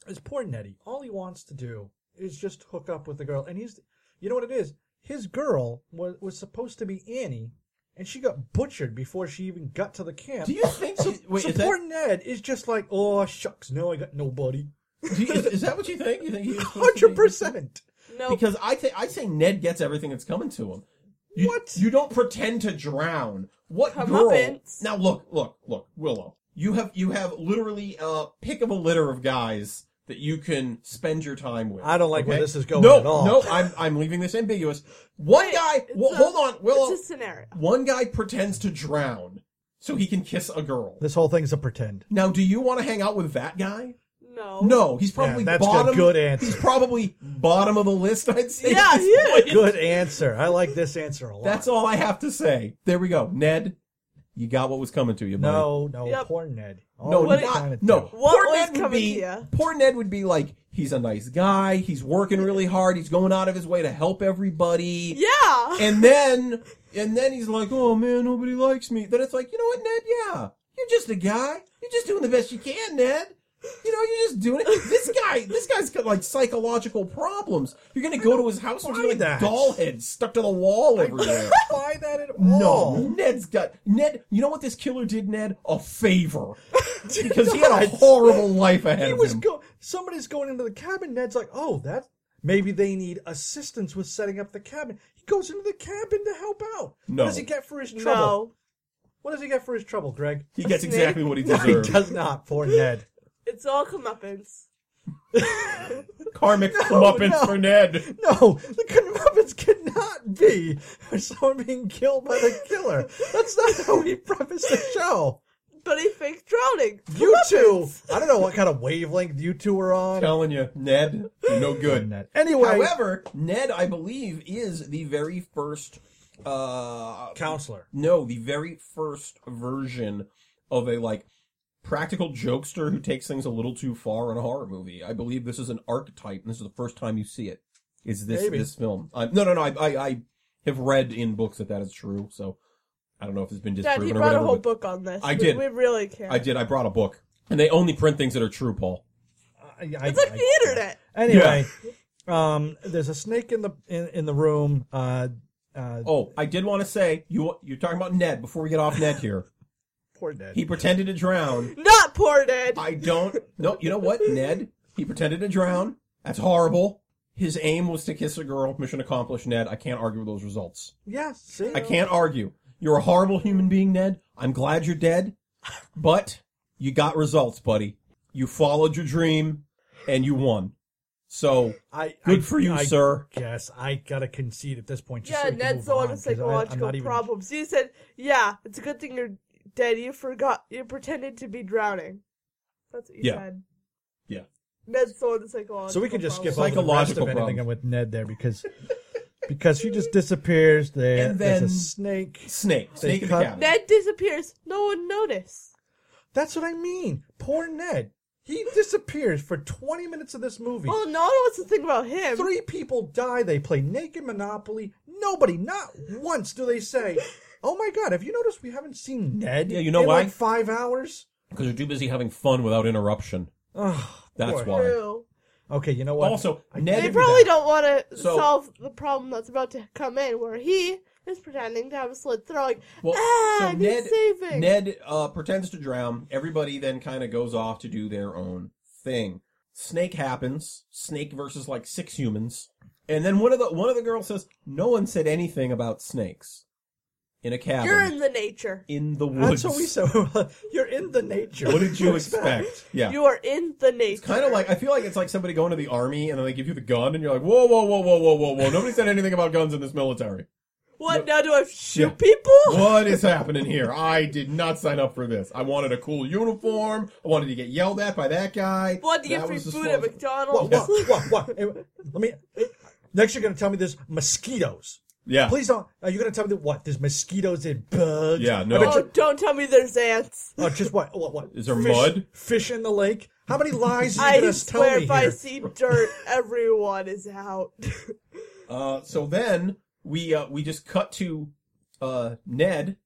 is poor Nettie. All he wants to do is just hook up with the girl, and he's, You know what it is? His girl was, was supposed to be Annie, and she got butchered before she even got to the camp.
Do you think? (laughs) wait, is
Support
that,
Ned is just like, oh shucks, now I got nobody.
do you- is, is that what you think? You think he was supposed to be-
Hundred percent.
No,
Because I th- I say Ned gets everything that's coming to him. You,
What?
You don't pretend to drown. What
Come
girl?
up, Vince.
Now look, look, look, Willow. You have you have literally a pick of a litter of guys that you can spend your time with.
I don't like where this is going
no,
at all.
No, I'm I'm leaving this ambiguous. One
Wait,
guy.
it's
Well,
a-
hold on, Willow.
it's a scenario.
One guy pretends to drown so he can kiss a girl.
This whole thing's a pretend.
Now, do you want to hang out with that guy?
No.
No, he's probably
Yeah, that's a
bottom.
good answer.
He's probably bottom of the list. I'd say.
Yeah,
at this
he is.
point.
Good answer. I like this answer a lot.
That's all I have to say. There we go, Ned. You got what was coming to you, buddy.
No, no,
Yep.
poor Ned. All
No,
he's
not,
trying to
no.
do.
What
poor
was
Ned would
coming
be.
to ya?
Poor Ned would be like, he's a nice guy. He's working really hard. He's going out of his way to help everybody.
Yeah.
And then, and then he's like, oh man, nobody likes me. Then it's like, you know what, Ned? Yeah, you're just a guy. You're just doing the best you can, Ned. You know, you're just doing it. This guy, this guy's got like psychological problems. You're gonna go to his house and
buy
be like
that.
doll heads stuck to the wall
(laughs)
everywhere.
buy that at all.
No,
Oh.
Ned's got Ned. You know what this killer did, Ned?
(laughs)
A favor, because he had a horrible life ahead
He
of
was
him.
go. Somebody's going into the cabin. Ned's like, oh, that. Maybe they need assistance with setting up the cabin. He goes into the cabin to help out.
No.
What does he get for his trouble?
No.
What does he get for his trouble, Greg?
he gets exactly what he
He
deserved.
does not. Poor Ned.
It's all comeuppance.
Karmic comeuppance
no.
for Ned.
(laughs) No, the Knubbins cannot be (laughs) someone being killed by the killer. That's not how he prefaced the show.
But he faked drowning.
You two,
Comeuppance.
I don't know what kind of wavelength you two are on.
Telling you, Ned, you're no good.
Anyway,
However, Ned, I believe, is the very first. Uh,
counselor.
no, the very first version of a like practical jokester who takes things a little too far in a horror movie. I believe this is an archetype, and this is the first time you see it. Is this
Maybe.
this film? I, no, no, no. I, I I have read in books that that is true. So I don't know if it's been
Dad,
disproven
he
or
brought
whatever.
a whole
but
book on this.
I
We-
did.
We really care.
I did. I brought a book, and they only print things that are true, Paul.
I, I,
It's like
I-
the internet.
Anyway, um, there's a snake in the in, in the room. Uh, uh,
Oh, I did want to say you you're talking about Ned. Before we get off Ned here,
poor Ned.
he pretended to drown.
Not poor Ned.
I don't. No, you know what, Ned? He pretended to drown. That's horrible. His aim was to kiss a girl. Mission accomplished, Ned. I can't argue with those results.
yeah, see,
I can't argue. You're a horrible human being, Ned. I'm glad you're dead, but you got results, buddy. You followed your dream, and you won. So
I,
good
I-
for you,
I
sir.
Guess I gotta concede at this point. Just
yeah,
so we can
Ned's
move
the one
on,
with
'cause I- I'm
psychological
not even-
problems. You said, yeah, it's a good thing you're dead. You forgot. You pretended to be drowning. That's what you
Yeah.
said.
Yeah.
Ned's the one with psychological
So we can just skip
problems.
over the rest of
Psychological
anything
problems.
with Ned there because because she just disappears there.
And
There's a
then-
snake.
Snake,
They
snake in the
cut-
cabin.
Ned disappears. No one noticed.
That's what I mean. Poor Ned. He disappears for 20 minutes of this movie.
Well, no one wants to think about him.
Three people die. They play Naked Monopoly. Nobody, not once, do they say, "Oh my God, have you noticed we haven't seen Ned?"
Yeah, you know
in
why?
Like five hours.
Because you're too busy having fun without interruption.
Oh,
That's
boy.
why.
True.
Okay, you know what?
Also,
I
Ned-
They
give you
probably
that.
don't want to
So-
solve the problem that's about to come in, where he is pretending to have a slit throat. Like,
Well,
ah,
so
I need
Ned
saving.
Ned uh, pretends to drown. Everybody then kind of goes off to do their own thing. Snake happens. Snake versus like six humans, and then one of the one of the girls says, "No one said anything about snakes in a cabin
You're in the nature.
in the woods."
That's what we said. (laughs) You're in the nature.
(laughs) What did you expect? Yeah,
You are in the nature.
it's kind of like I feel like it's like somebody going to the army and then they give you the gun and you're like, "Whoa, whoa, whoa, whoa, whoa, whoa, whoa! Nobody said anything about guns in this military.
what now? Do I shoot
Yeah.
people?
What is happening here? I did not sign up for this. I wanted a cool uniform. I wanted to get yelled at by that guy.
(laughs) What do you
That
get free
was the
food at
sponsor.
What? What?
McDonald's?
What? what? Hey, Let me. Next, you're gonna tell me there's mosquitoes.
Yeah.
Please don't. Are you gonna tell me that what? There's mosquitoes and bugs.
Yeah,
I
no.
bet
(laughs) Oh,
you-
don't tell me there's
(laughs)
ants.
Oh, just what? What? What?
Is there
fish,
mud?
Fish in the lake? How many lies are you
I
gonna tell
swear,
me
if I
here?
see
(laughs)
dirt, everyone is out.
Uh, so then we uh, we just cut to uh, Ned,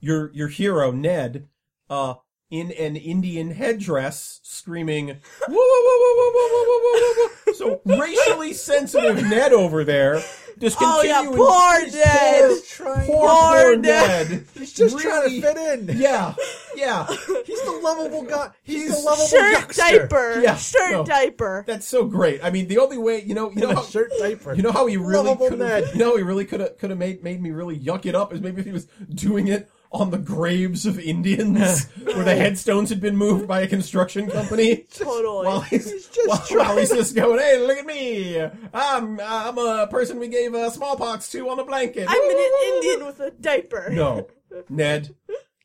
your your hero Ned, uh, in an Indian headdress screaming, "Woo, woo, woo, woo, woo, woo, woo, woo, woo, woo." So racially sensitive Ned over there just
Oh, yeah,
continuing.
poor
he's
Ned.
Poor,
trying-
poor,
Poor
poor
Ned.
Ned.
He's just
Really-
trying to fit in.
Yeah, (laughs) yeah. He's the lovable guy. He's,
He's
the lovable
Shirt
youngster.
diaper.
Yeah,
Shirt
no.
diaper.
That's so great. I mean, the only way you know, you know,
In
how,
a shirt diaper.
you know how he really
Lovable
could
Ned.
have, you know, how he really could have could have made made me really yuck it up is maybe if he was doing it on the graves of Indians (laughs) where the headstones had been moved by a construction company.
Totally.
While he's, just while, while he's just going, hey, look at me! I'm I'm a person we gave uh, smallpox to on a blanket.
I'm an Indian with a diaper.
No, Ned,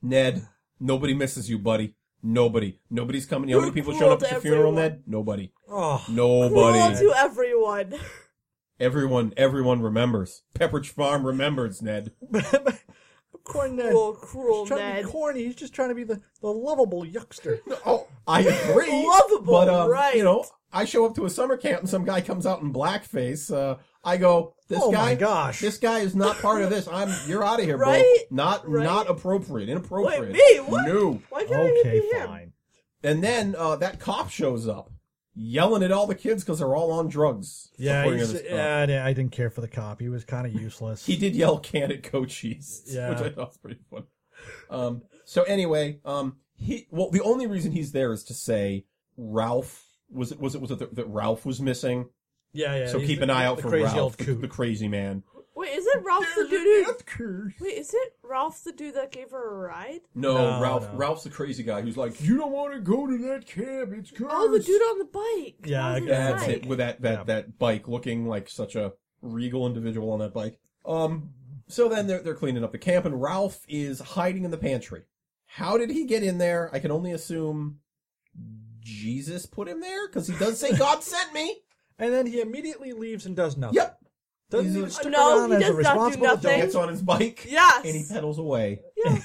Ned, nobody misses you, buddy. Nobody, nobody's coming. You know how
You're
many people
cruel
showed up
to
at the funeral,
everyone.
Ned? Nobody,
Oh, (laughs)
Cruel
nobody.
to everyone.
Everyone, everyone remembers. Pepperidge Farm remembers, Ned.
poor Ned.
Cruel,
He's
cruel
trying to
Ned.
be corny. He's just trying to be the, the lovable yuckster.
(laughs) Oh, I agree.
Lovable,
but um,
right.
you know, I show up to a summer camp and some guy comes out in blackface. Uh, I go, this
Oh
guy,
my gosh.
this guy is not part of this. I'm, you're out of here,
Right?
bro. Not,
Right?
not appropriate, inappropriate.
Wait, me? What?
No.
Why can't I
Okay,
be him?
fine.
And then uh, that cop shows up, yelling at all the kids because they're all on drugs.
Yeah,
according to
he's-
this cop.
yeah, I didn't- I didn't care for the cop. He was kind of useless.
He did yell "Can it go cheese," (laughs)
Yeah.
which I thought was pretty fun. Um, so anyway, um, he well, the only reason he's there is to say Ralph was it was it was it that, that Ralph was missing.
yeah, yeah.
so
he's
keep
the-
an eye out
the
for
crazy
Ralph,
old
the,
coot.
the crazy man.
Wait, is it Ralph the dude? Who... Wait, is it Ralph the dude that gave her a ride?
No,
No,
Ralph,
no.
Ralp's the crazy guy who's like, "You don't want to go to that camp. It's cursed."
Oh, the dude on the bike.
Yeah,
Ralph
I
the
guess.
That's
bike.
it with that that
Yeah.
that bike looking like such a regal individual on that bike. Um so then they're they're cleaning up the camp and Ralph is hiding in the pantry. How did he get in there? I can only assume Jesus put him there cuz he does
(laughs)
say God sent me.
And then he immediately leaves and does nothing.
Yep.
Doesn't
He's
even
a-
stick
No,
around
he
as
does
a
not do
responsible adult.
nothing.
Gets on his bike
Yes.
and he pedals away.
Yeah.
(laughs)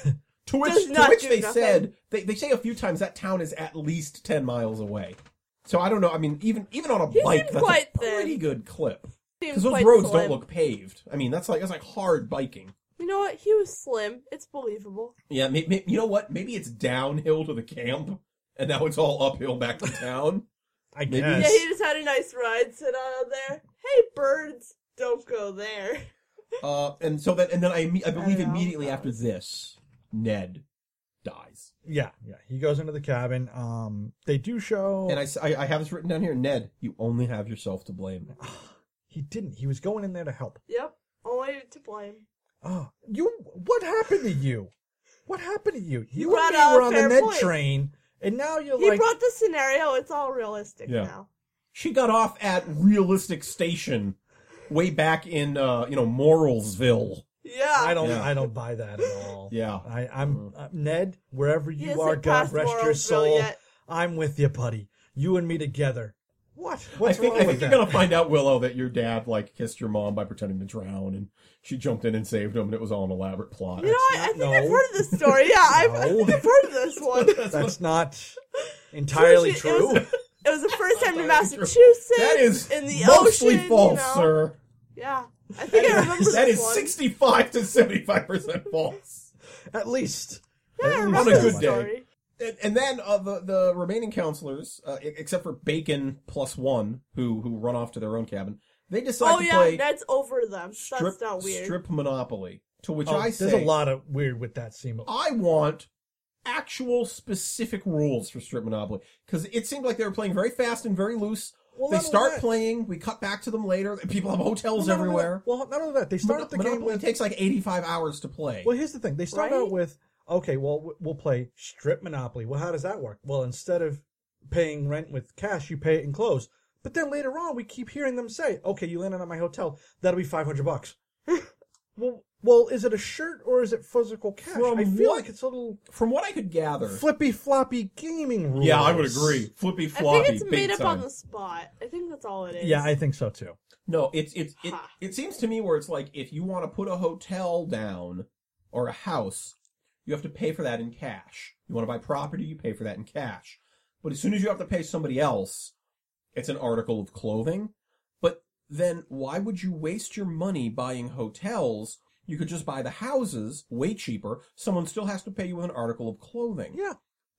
To which,
Does
to
not
which
do
they
nothing.
said they, they say a few times that town is at least 10 miles away. So I don't know. I mean, even even on a
He
bike,
seemed
that's
quite
a
thin.
pretty good clip.
Seemed
Because those
quite
roads
slim.
don't look paved. I mean, that's like that's like hard biking.
You know what? He was slim. It's believable.
Yeah, may, may- you know what? Maybe it's downhill to the camp, and now it's all uphill back to (laughs) town.
I
Maybe-
guess.
Yeah, he just had a nice ride sit on out there. Hey, birds, don't go there.
uh, and so that, and then I, imme- I believe
I know.
immediately after this, Ned dies.
yeah, yeah. He goes into the cabin. Um, they do
Oh.
show.
And I, s- I- I have this written down here. Ned, you only have yourself to blame.
He didn't. He was going in there to help.
Yep, only to blame.
Oh, you! What happened to you? What happened to you? You and
brought
me
out a
were on the
fair
Ned
point.
train, and now you're
He
like,
brought the scenario. It's all realistic
Yeah.
now.
She got off at realistic station, way back in uh, you know Moralsville.
Yeah.
I don't,
Yeah.
I don't buy that at all.
Yeah. Mm-hmm.
I, I'm uh, Ned. Wherever
He
you
hasn't
are, God
passed
rest your
Moralsville
soul.
yet.
I'm with you, buddy. You and me together. What?
I
What's
think,
wrong
I
with
think you're
that?
gonna find out, Willow, that your dad like kissed your mom by pretending to drown, and she jumped in and saved him, and it was all an elaborate plot.
You know, what? I,
not-
think
no.
I've heard of this story. Yeah, I've, I think
No.
I've heard of this one. It
That's not
(laughs)
entirely
It was-
true.
(laughs)
was the first time to
Entirely true.
Massachusetts.
that is
in the
mostly
ocean,
false,
you know?
sir.
Yeah, I think I remember
That
this
is
one.
65 to 75 percent false.
At least.
Yeah, I
At least
remember
that
good
much.
this
day.
story.
And, and then uh, the the remaining counselors, uh, e- except for Bacon plus one, who who run off to their own cabin, they decide
Oh
to
yeah,
play
Ned's over them.
strip
That's not weird.
strip Monopoly. To which
Oh,
I
there's
say,
a lot of weird with that scene.
I want actual specific rules for strip monopoly because it seemed like they were playing very fast and very loose.
Well,
they
not only
start
that-
playing. We cut back to them later. People have
Well,
hotels
not only
everywhere.
that- well, not only that, they
Mon-
start up the game
Monopoly
with.
takes like 85 hours to play.
Well, here's the thing. They start out
Right?
with, okay, well, w- we'll play strip Monopoly. Well, how does that work? Well, instead of paying rent with cash, you pay it in clothes. But then later on, we keep hearing them say, okay, you landed at my hotel. That'll be 500 bucks. (sighs) well, well, is it a shirt or is it physical cash?
From
I feel
what-
like it's a little
From what I could gather,
flippy floppy gaming rules.
yeah, I would agree. Flippy
I
floppy.
think it's
big
made up
time.
on the spot. I think that's all it is.
Yeah, I think so too.
No, it's it's it,
Ha.
it seems to me where it's like if you want to put a hotel down or a house, you have to pay for that in cash. You want to buy property, you pay for that in cash. But as soon as you have to pay somebody else, it's an article of clothing. But then why would you waste your money buying hotels? You could just buy the houses way cheaper. Someone still has to pay you an article of clothing.
Yeah.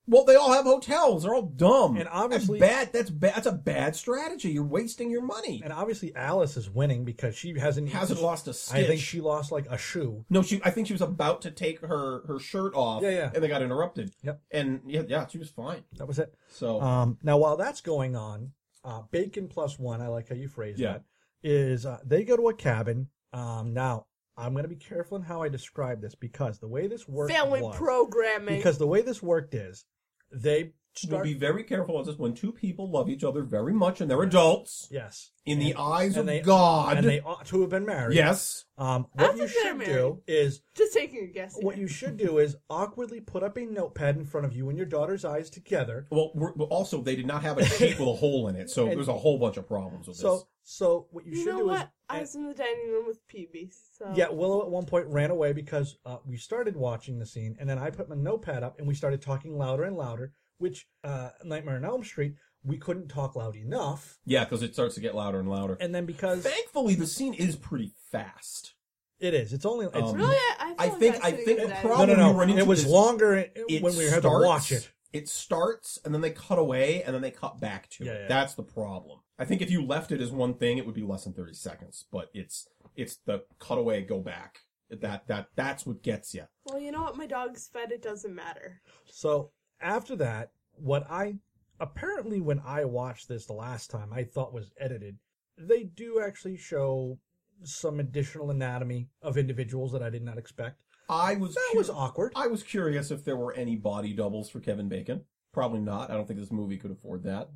Well, they all have hotels. They're all dumb.
And obviously-
that's bad. That's bad. That's a bad strategy. You're wasting your money.
And obviously, Alice is winning because she hasn't
hasn't lost a stitch.
I think she lost like a shoe.
No, she. I think she was about to take her her shirt off.
Yeah, yeah.
And they got interrupted.
Yep.
And yeah, yeah, she was fine.
That was it.
So
Um, now, while that's going on, uh, bacon plus one. I like how you phrase
Yeah.
that. Is uh, they go to a cabin. Um, now I'm going to be careful in how I describe this because the way this worked
Family
was-
programming.
because the way this worked is they
we'll
start
be very careful with this. When two people love each other very much and they're adults
yes
in the
And-
eyes
and
of
they-
God,
and they ought to have been married.
yes,
Um,
I
what
think
you
they're
should
married.
do is
Just taking a guess.
what
here.
you should do is awkwardly put up a notepad in front of you and your daughter's eyes together.
Well, we're, well, also they did not have a sheet with a hole in it, so there's a whole bunch of problems with
So, so what you,
You
should
know
do
what?
is
I was in the dining room with PB. So
Yeah, Willow at one point ran away because uh, we started watching the scene, and then I put my notepad up, and we started talking louder and louder. Which uh, Nightmare on Elm Street, we couldn't talk loud enough,
this. Yeah, because it starts to get louder and louder.
and then because
Thankfully, the scene is pretty fast.
it is, it's only it's
Um,
Really, I, I,
I
thought
think-
about
I
sitting
think
in
the
dining
no,
problem-
no,
when
no,
we run into
it was
this-
longer
It
when we had to
starts-
watch it.
It starts and then they cut away and then they cut back to
Yeah,
it.
yeah.
That's the problem. I think if you left it as one thing, it would be less than thirty seconds. But it's it's the cutaway, go back. That that that's what gets you.
room. Well, you know what? My dog's fed. It doesn't matter.
So after that, what I apparently when I watched this the last time, I thought was edited. They do actually show some additional anatomy of individuals that I did not expect.
I was
That
cur-
was awkward.
I was curious if there were any body doubles for Kevin Bacon. Probably not. I don't think this movie could afford that.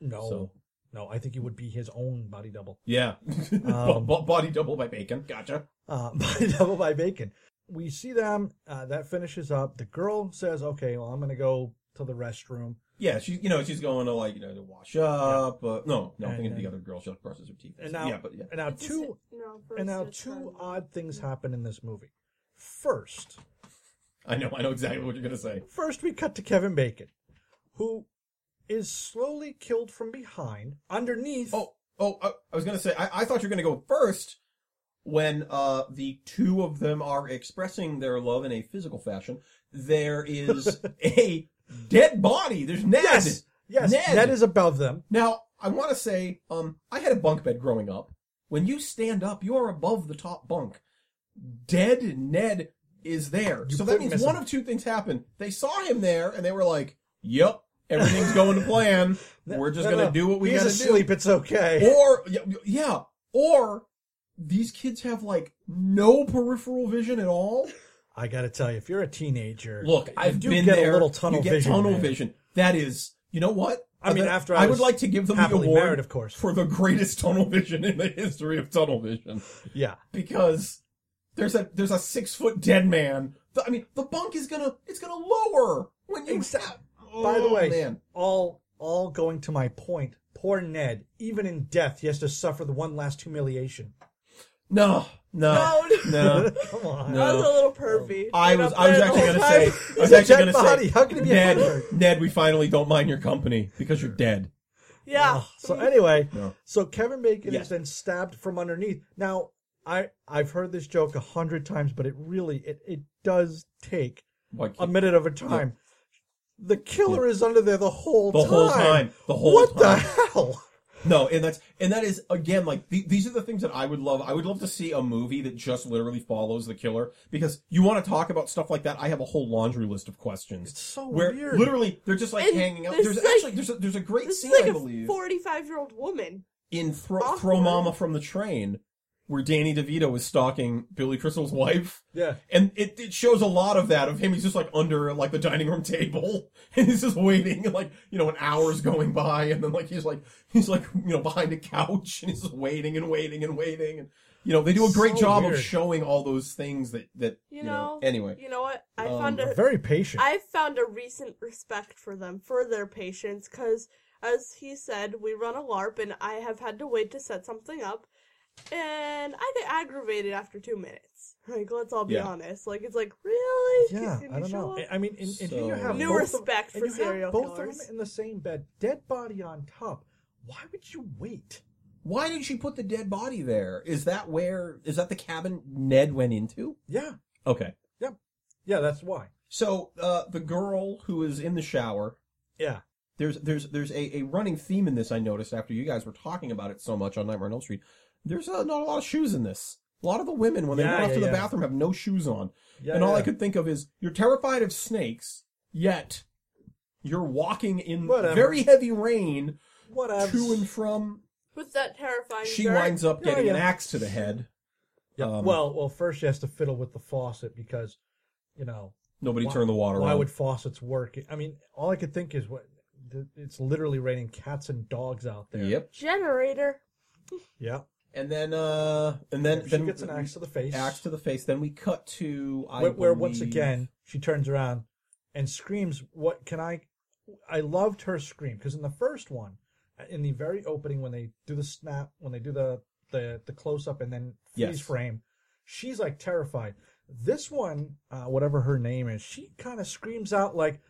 No,
So
no, I think he would be his own body double.
yeah, (laughs) Bo-
Um,
bo- body double by Bacon. Gotcha.
Uh, (laughs) body double by Bacon. We see them. Uh, that finishes up. The girl says, "Okay, well, I'm gonna go to the restroom."
Yeah, she's you know she's going to like you know to wash up. Uh, no, no, I'm
And
thinking of the
then-
other girl. She like, brushes her teeth.
And now,
yeah, but yeah.
and now
It's just-
two,
No. for
and
us
now
to
two
try.
odd things happen in this movie. First,
I know, I know exactly what you're gonna say.
First, we cut to Kevin Bacon, who is slowly killed from behind, underneath.
Oh, oh, I, I was gonna say, I, I thought you were gonna go first when uh the two of them are expressing their love in a physical fashion. There
(laughs)
is a dead body. There's Ned.
yes, yes,
Ned.
that is above them.
Now, I want to say, um, I had a bunk bed growing up. When you stand up, you are above the top bunk. Dead Ned is there.
You
so that
couldn't
means
miss
one
him.
of two things happened. They saw him there and they were like, "Yep, everything's going to
(laughs)
plan. We're just
No,
going to
no,
do what we
He's
got to do."
asleep. It's okay.
or yeah, yeah, or these kids have like no peripheral vision at all.
I gotta tell you, if you're a teenager,
Look,
you
I've
do
been
get
there.
a little tunnel
you get
vision.
Tunnel
man.
vision. That is, you know what?
I mean,
Uh,
after I
I would
was
like to give them the
happily
award,
married, of course.
for the greatest tunnel vision in the history of tunnel vision,
Yeah,
because there's a there's a six foot dead man. The- I mean, the bunk is gonna it's gonna lower when you.
Exact-
Oh,
By the way,
man.
all all going to my point. Poor Ned, even in death, he has to suffer the one last humiliation.
no, (laughs) no,
No,
no.
(laughs)
(laughs)
Come on.
No.
I was a little pervy.
I
Been
was
up
I was
there the
actually
whole
gonna say
time.
I was
a
actually
dead
gonna
body.
say
How can he be a
Ned
pervert?
Ned we finally don't mind your company because you're dead.
(laughs) Yeah. Mm-hmm.
Ugh. oh, so anyway,
No.
so Kevin Bacon
Oh. Yes.
is then stabbed from underneath. Now, I I've heard this joke a hundred times, but it really it it does take
Like,
a minute of a time. The killer is under there the whole
The
time.
whole time. The whole
what
time.
the hell?
No, and that's and that is again like the, these are the things that I would love. I would love to see a movie that just literally follows the killer because you want to talk about stuff like that. I have a whole laundry list of questions.
It's so
where
weird.
literally they're just like
And
hanging out.
there's
There's
like-
actually there's a, there's a great
This
scene
is like
I
a
believe
forty-five-year-old woman.
in Thro-
awkward.
Throw Mama from the Train where Danny DeVito is stalking Billy Crystal's wife.
Yeah.
And it, it shows a lot of that of him. He's just like under like the dining room table (laughs) and he's just waiting and like, you know, an hour's going by and then like he's like, he's like, you know, behind a couch and he's just waiting and waiting and waiting. And, you know, they do a great
So
job of
weird.
showing all those things that, that,
You know.
anyway.
You know what? I
Um,
found a
Very patient.
I found a recent respect for them, for their patience, because as he said, we run a LARP, and I have had to wait to set something up, and I get aggravated after two minutes. Like, let's all be
Yeah.
honest. Like, it's like, really?
yeah,
Can
I
you
don't
show
know.
up?
I- I mean, and, and here you
So-
have
New
both of,
respect
and
for
you have
serial
both of
killers.
them in the same bed, dead body on top. Why would you wait?
Why did she put the dead body there? Is that where, is that the cabin Ned went into?
Yeah,
Okay.
yeah, that's why.
So uh, the girl who is in the shower.
Yeah.
There's there's there's a, a running theme in this I noticed after you guys were talking about it so much on Nightmare on Elm Street. There's uh, not a lot of shoes in this. A lot of the women when they
Yeah,
run off
yeah,
to the
yeah.
bathroom have no shoes on.
Yeah,
and all
yeah.
I could think of is you're terrified of snakes, yet you're walking in
Whatever.
very heavy rain
what
to and from.
With that terrifying
She
jerk.
winds up
Yeah,
getting an
yeah.
axe to the head.
Yeah.
Um,
well, well, first she has to fiddle with the faucet because, you know,
Nobody
Why-
turned the water
why
on.
would faucets work? I mean, all I could think is what th- it's literally raining cats and dogs out there.
Yep.
generator.
Yeah.
And then uh and then
she
then
gets an axe to the face.
axe to the face. Then we cut to I
where, where once
believe-
again she turns around and screams what can i i loved her scream because in the first one uh, in the very opening when they do the snap when they do the the, the close up and then freeze
Yes.
frame she's like terrified this one uh, whatever her name is she kind of screams out like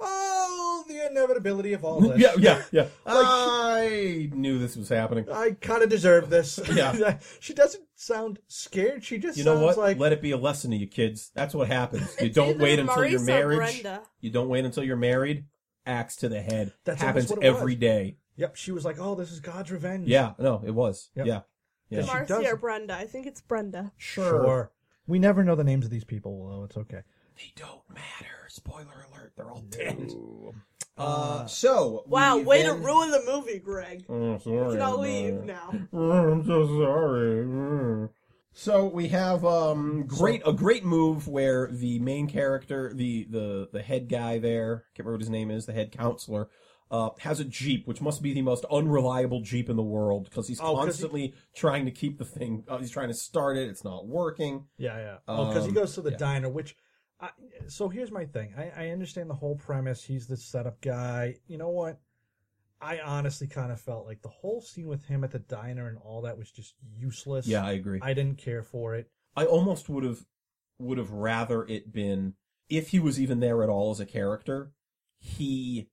oh the inevitability of all this
(laughs) Yeah, yeah, yeah. I knew this was happening.
i kind of deserve this
(laughs) Yeah.
(laughs) she doesn't sound scared she just
You know
sounds
what?
like
Let it be a lesson to you kids. That's what
(laughs)
happens. You
It's
don't
either
wait until you're
Maurice or
married.
Brenda.
You don't wait until you're married. Axe to the head.
That's
happens
almost what it
every
was.
day.
yep she was like oh this is god's revenge
Yeah, no, it was.
Yep.
Yeah. Yeah.
She
Marcy
doesn't.
or Brenda. I think it's Brenda.
Sure. We never know the names of these people, though. It's okay.
They don't matter. Spoiler alert, they're all dead. Uh, so
Wow,
we
way to
then-
ruin the movie, Greg.
Oh, sorry.
You gotta
about
leave
it.
now.
(laughs) Oh, I'm so sorry. So we have um great a great move where the main character, the the the head guy there, can't remember what his name is, the head counselor, uh, has a jeep, which must be the most unreliable jeep in the world because he's
Oh, 'cause he-
constantly trying to keep the thing. Uh, he's trying to start it; it's not working.
Yeah, yeah. Oh, because he
Um,
goes to the
yeah.
diner, which. I, so here's my thing. I, I understand the whole premise. He's the setup guy. You know what? I honestly kind of felt like the whole scene with him at the diner and all that was just useless.
Yeah, I agree.
I didn't care for it.
I almost would have would have rather it been if he was even there at all as a character, he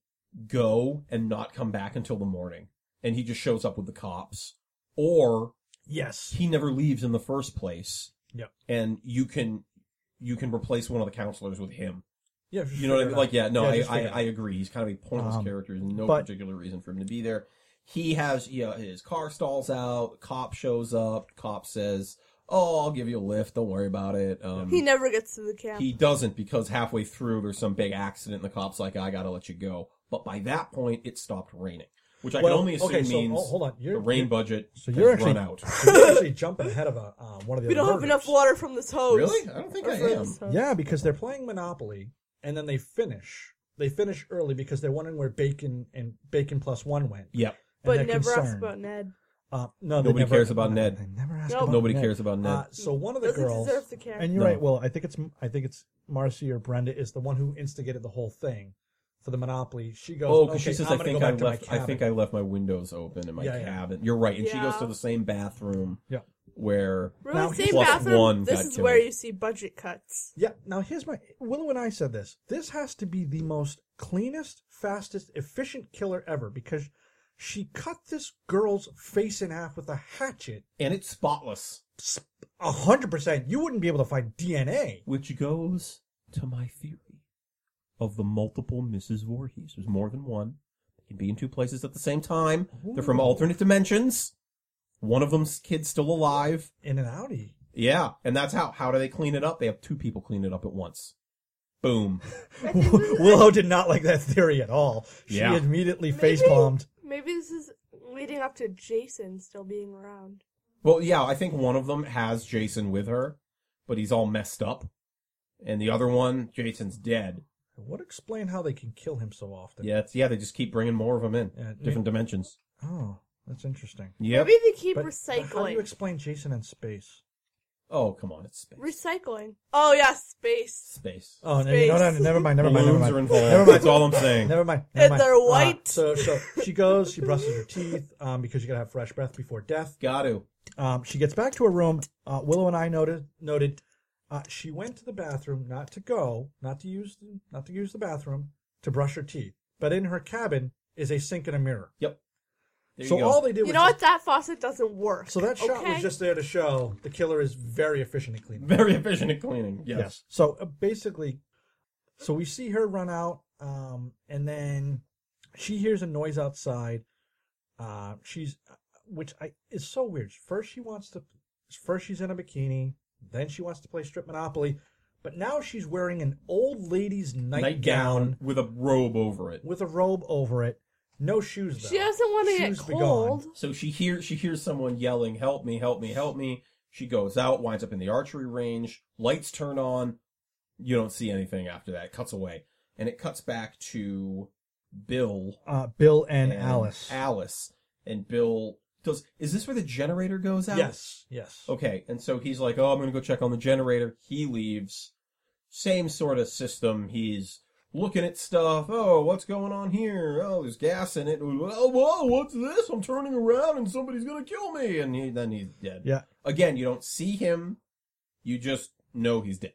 go and not come back until the morning and he just shows up with the cops or
Yes.
he never leaves in the first place.
Yep.
And you can you can replace one of the counselors with him.
yeah. just
You know what I
figure
mean?
it
Like,
out.
yeah, no,
just
I, I,
figure it
I
out.
agree. He's kind of a pointless
Um,
character. There's no
but-
particular reason for him to be there. He has, you know, his car stalls out. Cop shows up. Cop says, "Oh, I'll give you a lift. Don't worry about it." Um,
He never gets to the camp.
he doesn't because halfway through there's some big accident. and The cop's like, "I gotta let you go." But by that point, it stopped raining, which I
Well,
can only assume
okay, so,
means
oh, hold on. You're-
the rain
you're-
budget
So
has
you're actually, (laughs)
run out.
so you're actually jumping ahead of a, uh, one of the
we
other
don't have enough
murders.
water from this hose.
Really? I don't think
Or
I
from
am.
this hose.
Yeah, because they're playing Monopoly and then they finish. They finish early because they're wondering where Bacon and Bacon Plus One went.
Yep.
And
But
they're
never asked
concerned.
about Ned.
Uh, no, they
Nobody
never-
cares about Ned.
They never ask
Nope.
about
Nobody
Ned.
cares about Ned.
Uh, so one of the
Doesn't
girls,
deserve to care.
and you're
No.
right. Well, I think it's I think it's Marcy or Brenda is the one who instigated the whole thing for the Monopoly. She goes,
Oh, because
okay,
she says,
I'm
"I
gonna
think
go
I
back to my
left. I think
cabin."
I left my windows open in my
Yeah, yeah.
cabin." You're right, and she goes
Yeah.
to the same bathroom
Yeah.
where
Really?
Now,
same
plus
bathroom?
one
this
got
is where
killed.
you see budget
(laughs)
cuts.
Yeah. Now here's my Willow and I said this. This has to be the most cleanest, fastest, efficient killer ever because she cut this girl's face in half with a hatchet.
and it's spotless,
A hundred percent. You wouldn't be able to find DNA.
which goes to my theory of the multiple Mrs. Voorhees. There's more than one. They can be in two places at the same time. They're from
Ooh.
alternate dimensions. One of them's kid's still alive.
In and outie.
Yeah, and that's how. How do they clean it up? They have two people clean it up at once. Boom.
I think this
(laughs)
is-
Willow did not like that theory at all. She
Yeah.
immediately
Maybe-
face palmed.
Maybe this is leading up to Jason still being around.
Well, yeah, I think one of them has Jason with her, but he's all messed up. And the other one, Jason's dead.
What explain how they can kill him so often?
Yeah, it's, yeah, they just keep bringing more of them in,
Yeah,
different dimensions.
Oh, that's interesting.
Yep.
Maybe they keep
But- but how do
recycling.
you explain Jason in space?
Oh, come on, it's space.
recycling. Oh yeah, space.
space.
Oh, no, you know, no,
Space.
no, never mind, never mind, never
Balloons
mind.
are involved.
Never mind.
That's all I'm saying.
Never mind.
And
Never mind.
they're
Uh,
white.
so, so she goes. She brushes her teeth um, because you gotta have fresh breath before death.
Got to.
Um, she gets back to her room. Uh, Willow and I noted noted uh, she went to the bathroom not to go, not to use the, not to use the bathroom to brush her teeth. But in her cabin is a sink and a mirror.
Yep. There
so
you go.
all
(laughs)
they did
You
was
know
just-
what? That faucet doesn't work.
So that shot
okay?
was just there to show the killer is very efficient at cleaning.
Very efficient at cleaning. Yes.
So uh, basically, So we see her run out, um, and then she hears a noise outside. Uh, she's, which I is so weird. First she wants to, first she's in a bikini, then she wants to play strip monopoly, but now she's wearing an old lady's nightgown
Nightgown with a robe over it.
with a robe over it, no shoes. Though.
She doesn't want to get
Shoes be gone.
cold.
So she hears she hears someone yelling, "Help me! Help me! Help me!" She goes out, winds up in the archery range. Lights turn on. You don't see anything after that. It cuts away, and it cuts back to Bill
Uh, Bill and, Alice.
Alice and Bill does. Is this where the generator goes out?
Yes. Yes.
Okay, and so he's like, "Oh, I'm gonna go check on the generator." He leaves. Same sort of system. He's looking at stuff. Oh, what's going on here? Oh, there's gas in it. Oh, whoa, what's this? I'm turning around and somebody's gonna kill me. And he, then he's dead.
Yeah.
Again, you don't see him. You just know he's dead.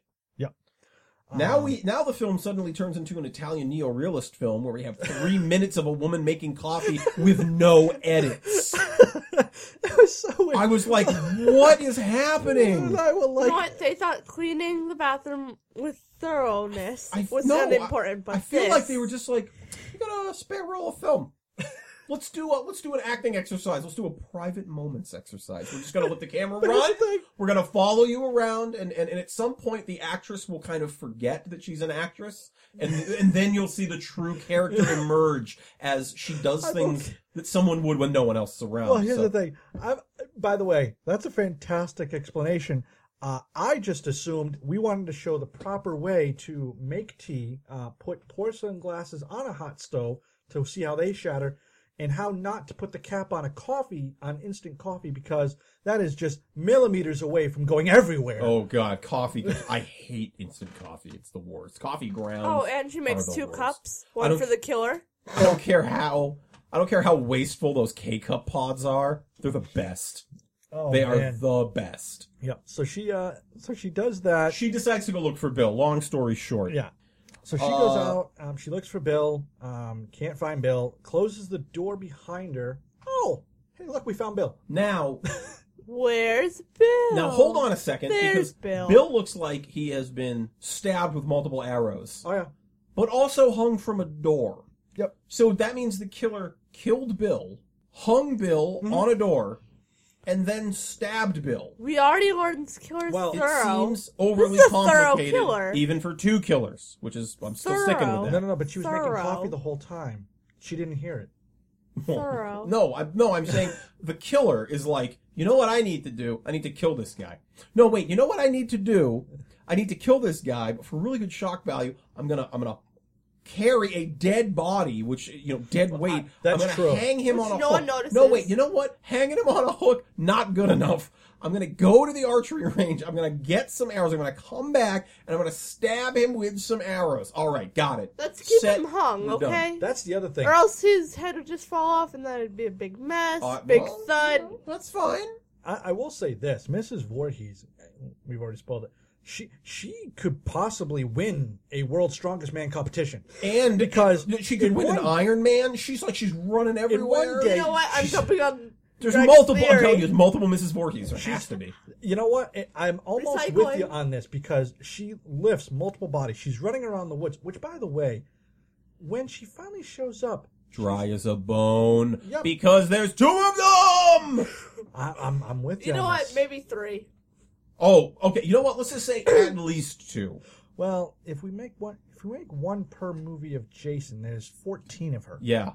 Um,
Now we now the film suddenly turns into an Italian neo-realist film where we have three minutes of a woman making coffee with no edits.
(laughs) it was so weird.
I was like, what is
And (laughs)
happening?
I will
You know
like.
what? They thought cleaning the bathroom with thoroughness
I-
was
no,
not
I-
important, but
I feel
this-
like they were just like, we got a spare roll of film. (laughs) Let's do a, let's do an acting exercise. Let's do a private moments exercise. We're just gonna let the
(laughs)
camera run. We're gonna follow you around, and, and, and at some point the actress will kind of forget that she's an actress,
(laughs)
and and then you'll see the true character emerge as she does
I'm
things
okay.
that someone would when no one else is around.
Well, here's
so-
the thing. I'm, by the way, that's a fantastic explanation. Uh, I just assumed we wanted to show the proper way to make tea, uh, put porcelain glasses on a hot stove to see how they shatter, and how not to put the cap on a coffee, on instant coffee, because that is just millimeters away from going everywhere.
Oh god,
(laughs)
coffee! I hate instant coffee. It's the worst. Coffee grounds.
Oh, and she makes
the
two
worst.
cups,
I
one
don't-
for the killer.
I don't care how I don't care how wasteful those K cup pods are. They're the best.
Oh,
they are
man.
the best.
Yep. So she, uh, so she does that.
She decides to go look for Bill. Long story short,
Yeah. So she goes
Uh,
out. Um, she looks for Bill. Um, can't find Bill. Closes the door behind her. Oh, hey, look, we found Bill. (laughs)
Now,
Where's Bill?
now hold on a second
There's
because
Bill.
looks like he has been stabbed with multiple arrows,
Oh yeah.
but also hung from a door.
Yep.
So that means the killer killed Bill, hung Bill
Mm-hmm.
on a door, and then stabbed Bill.
We already learned this killer's
Well, it
thorough.
It seems overly
This is a thorough
complicated,
killer.
even for two killers, which is I'm still
Thorough.
sticking with
No,
that.
no, no. But she was making
Thorough.
coffee the whole time. She didn't hear it.
thorough.
No, I'm no, I'm saying the killer is like, you know what I need to do? I need to kill this guy. No, wait, you know what I need to do? I need to kill this guy, but for really good shock value, I'm gonna I'm gonna carry a dead body, which you know, dead weight.
that's
I'm gonna
true.
hang him
Which
on a
no
hook.
one notices.
No, wait, you know what? Hanging him on a hook, not good enough. I'm gonna go to the archery (laughs) range. I'm gonna get some arrows. I'm gonna come back and I'm gonna stab him with some arrows. All right, got it.
Let's keep
Set,
him hung,
we're done.
okay?
That's the other thing.
Or else his head would just fall off, and then it'd be a big mess,
Uh,
big
well,
thud.
That's fine.
I, I will say this: Mrs. Voorhees, we've already spoiled it. She she could possibly win a World's Strongest Man competition.
And
Because
she could
in
win an
one-
Iron Man, she's like she's running everywhere.
day-
You know what? I'm
She's-
jumping on.
There's
Greg's
multiple. I'm
theory.
telling you, there's multiple Mrs. Voorhees. There has (laughs) to be.
You know what? I- I'm almost with
Recycling.
you on this because she lifts multiple bodies. She's running around the woods, which, by the way, when she finally shows up,
Dry as a bone
Yep.
because there's two of them.
I, I'm, I'm with you.
You know
on
what?
this.
Maybe three.
Oh, okay. You know what? Let's (clears throat) just say at least two.
Well, if we make one, if we make one per movie of Jason, there's 14 of her.
Yeah,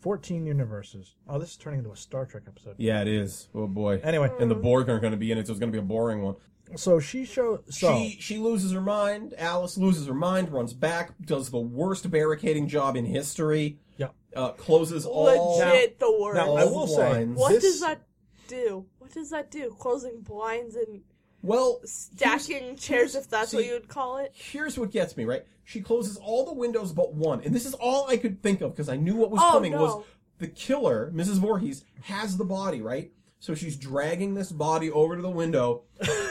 14 universes. Oh, this is turning into a Star Trek episode.
yeah, it is. Oh boy.
Anyway,
Mm.
And the Borg aren't going to be in it, so it's going to be a boring one.
so she shows. So
She she loses her mind. Alice loses her mind, runs back, does the worst barricading job in history.
Yep.
Uh, closes all.
Legit the worst.
Oh. now I will say,
Lines.
what
this-
does that do? What does that do? Closing blinds and
Well,
stacking chairs, if that's what
see-
you would call it.
here's what gets me right she closes all the windows but one and this is all i could think of because i knew what was
Oh,
coming
no.
was the killer mrs Voorhees, has the body right so she's dragging this body over to the window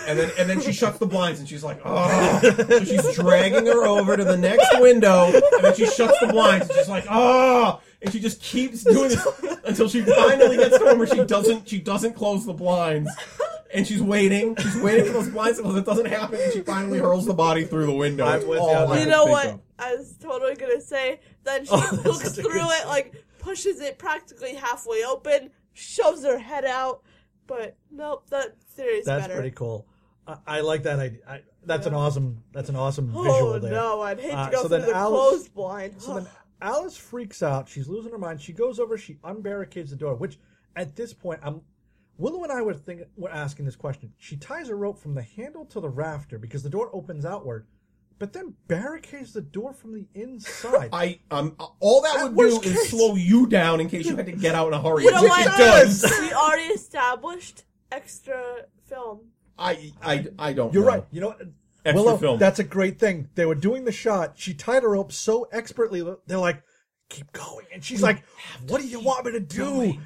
and then and then she shuts the blinds and she's like oh so she's dragging her over to the next window and then she shuts the blinds and she's like oh and she just keeps doing this until she finally gets to one where she doesn't she doesn't close the blinds and she's waiting. She's waiting for those bicycles. It doesn't happen. And she finally hurls the body through the window.
I'm
It's
with
all
you
I
on that.
could
you know
think
what?
of.
I was totally gonna say. Then she
(laughs) Oh, that's
looks
such a
through
good
it, like pushes it practically halfway open, shoves her head out. But nope, that theory's
That's
better.
pretty cool. I, I like that idea. I, that's an awesome. That's an awesome
oh
visual there.
no, I'd hate
Uh,
to go
so
through
then
the
Alice-
closed blind.
So then Alice freaks out. She's losing her mind. She goes over. She unbarricades the door. Which at this point, I'm Willow and I were think were asking this question. She ties a rope from the handle to the rafter because the door opens outward, but then barricades the door from the inside.
(laughs) I um all that
At
would do
worst
is
case-
slow you down in case you had to get out in a hurry.
you know
which
what?
It does.
We already established extra film.
I I I don't.
You're
know.
right. You know. what?
Extra
Willow,
film.
that's a great thing. They were doing the shot. She tied her rope so expertly. They're like, keep going. And she's like, what do you want me to do?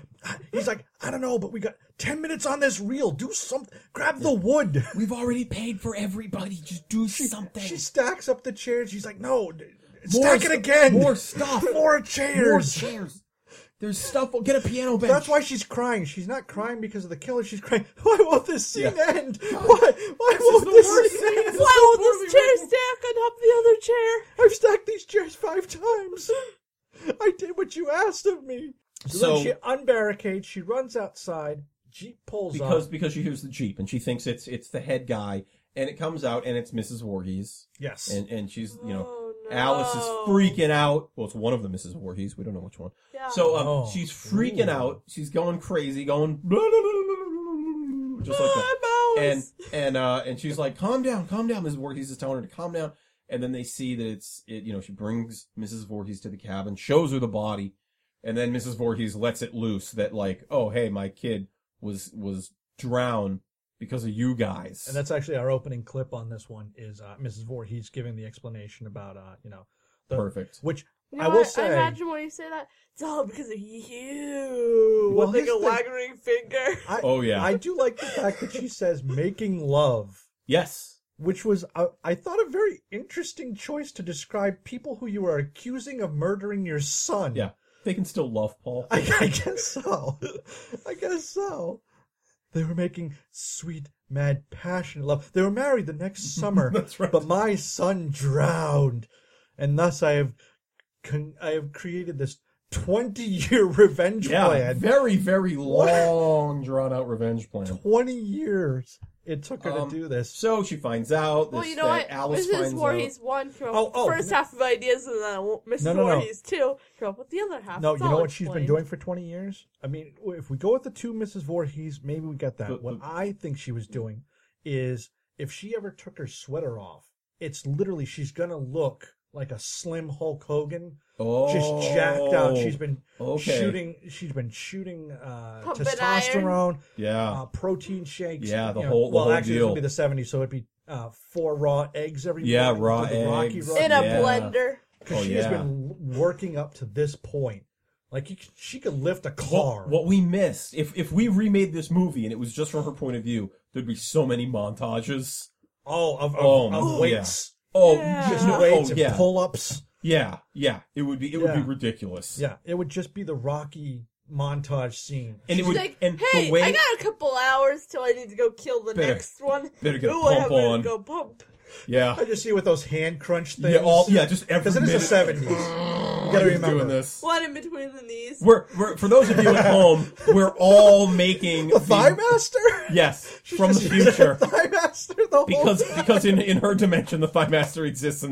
He's like, I don't know, but we got 10 minutes on this reel. Do something. Grab the wood.
We've already paid for everybody. Just do something.
She stacks up the chairs. She's like, no, d-
More
stack it
st-
again.
more
(laughs)
stuff.
More
More
chairs.
chairs. There's stuff. Get a piano bench.
That's why she's crying. She's not crying because of the killer. She's crying. (laughs) Why won't this scene
Yeah.
end? Why? Why won't
the
this
worst
scene
scene.
end?
Why will this chair stack on top of the other
(laughs)
chair?
I've stacked these chairs five times. I did what you asked of me. So, then
So-
she unbarricades. She runs outside. Jeep pulls
because
up.
because she hears the jeep and she thinks it's it's the head guy and it comes out and it's Mrs. Voorhees
Yes.
and and she's you know
Oh, no.
Alice is freaking out. Well, it's one of the Mrs. Voorhees. We don't know which one.
Yeah.
So um,
Oh.
she's freaking
Ooh.
out. She's going crazy, going blah, blah, blah, blah, blah, blah, just like that.
Ah, mouse.
And and uh, and she's like, "Calm down, calm down." Mrs. Voorhees is telling her to calm down. And then they see that it's it. You know, she brings Mrs. Voorhees to the cabin, shows her the body, and then Mrs. Voorhees lets it loose that like, "Oh, hey, my kid was was drowned because of you guys."
And that's actually our opening clip on this one is uh, Mrs. Voorhees giving the explanation about uh, you know the
perfect.
which
You know
I will
what?
say
I imagine when you say that, it's all because of you.
Well,
with like
here's
a
the-
waggering finger.
I,
Oh yeah.
I do like the fact that she says making love,
yes.
which was uh, I thought a very interesting choice to describe people who you are accusing of murdering your son.
Yeah. They can still love Paul.
I, I guess so. I guess so. They were making sweet, mad, passionate love. They were married the
(laughs)
next summer.
(laughs) That's right.
But my son drowned, and thus I have, con- I have created this twenty-year revenge
yeah.
plan.
Very very long drawn out revenge plan.
Twenty years it took her
Um,
to do this.
So she finds out. This,
well, you know
that
what?
Alice
this is
finds
where
out.
he's one from
Oh, oh,
first
no.
half of ideas, and then Mrs.
No, no, no.
Voorhees two come up with the other half.
No,
It's
you know
all
what she's been
explained.
doing for twenty years. I mean, if we go with the two Mrs. Voorhees, maybe we get that.
But-
what
but-
I think she was doing is, if she ever took her sweater off, it's literally she's gonna look like a slim Hulk Hogan,
oh,
just jacked out. She's been
okay.
shooting. She's been shooting uh,
Pumping
testosterone,
Yeah.
uh, protein shakes.
Yeah, the
you know-
whole- the
well,
whole
actually, this
deal.
would be the '70s, so it'd be uh, four raw eggs every
Yeah,
morning,
raw
the Rocky
eggs.
Road.
in a
Yeah.
blender.
Because
Oh,
she's
yeah.
been l- working up to this point. Like you, c- she could lift a car.
What, what we missed, if if we remade this movie and it was just from her point of view, there'd be so many montages.
oh, of, of,
Oh,
of
yeah.
weights,
Oh,
Yeah.
yeah.
just
no,
weights
oh,
and
yeah.
pull-ups.
yeah, yeah. It would be it would be
Yeah.
ridiculous.
Yeah, it would just be the Rocky montage scene.
and it
She's
would
like,
and
hey,
the way
I got a couple hours till I need to go kill the
Better-
next one.
better get a
Ooh, I
pump
have
on.
to go pump.
yeah,
I just see with those hand crunch things.
yeah, all
(laughs)
yeah, just every
because it is
minute
the seventies. You gotta
he's
remember
doing this.
One in between the knees.
We're, we're for those of you at home, we're all making
(laughs) the Thigh Master. (laughs)
Yes,
She's
from the
just using
future.
Thigh Master the whole
because
time.
because in, in her dimension the Thigh Master exists in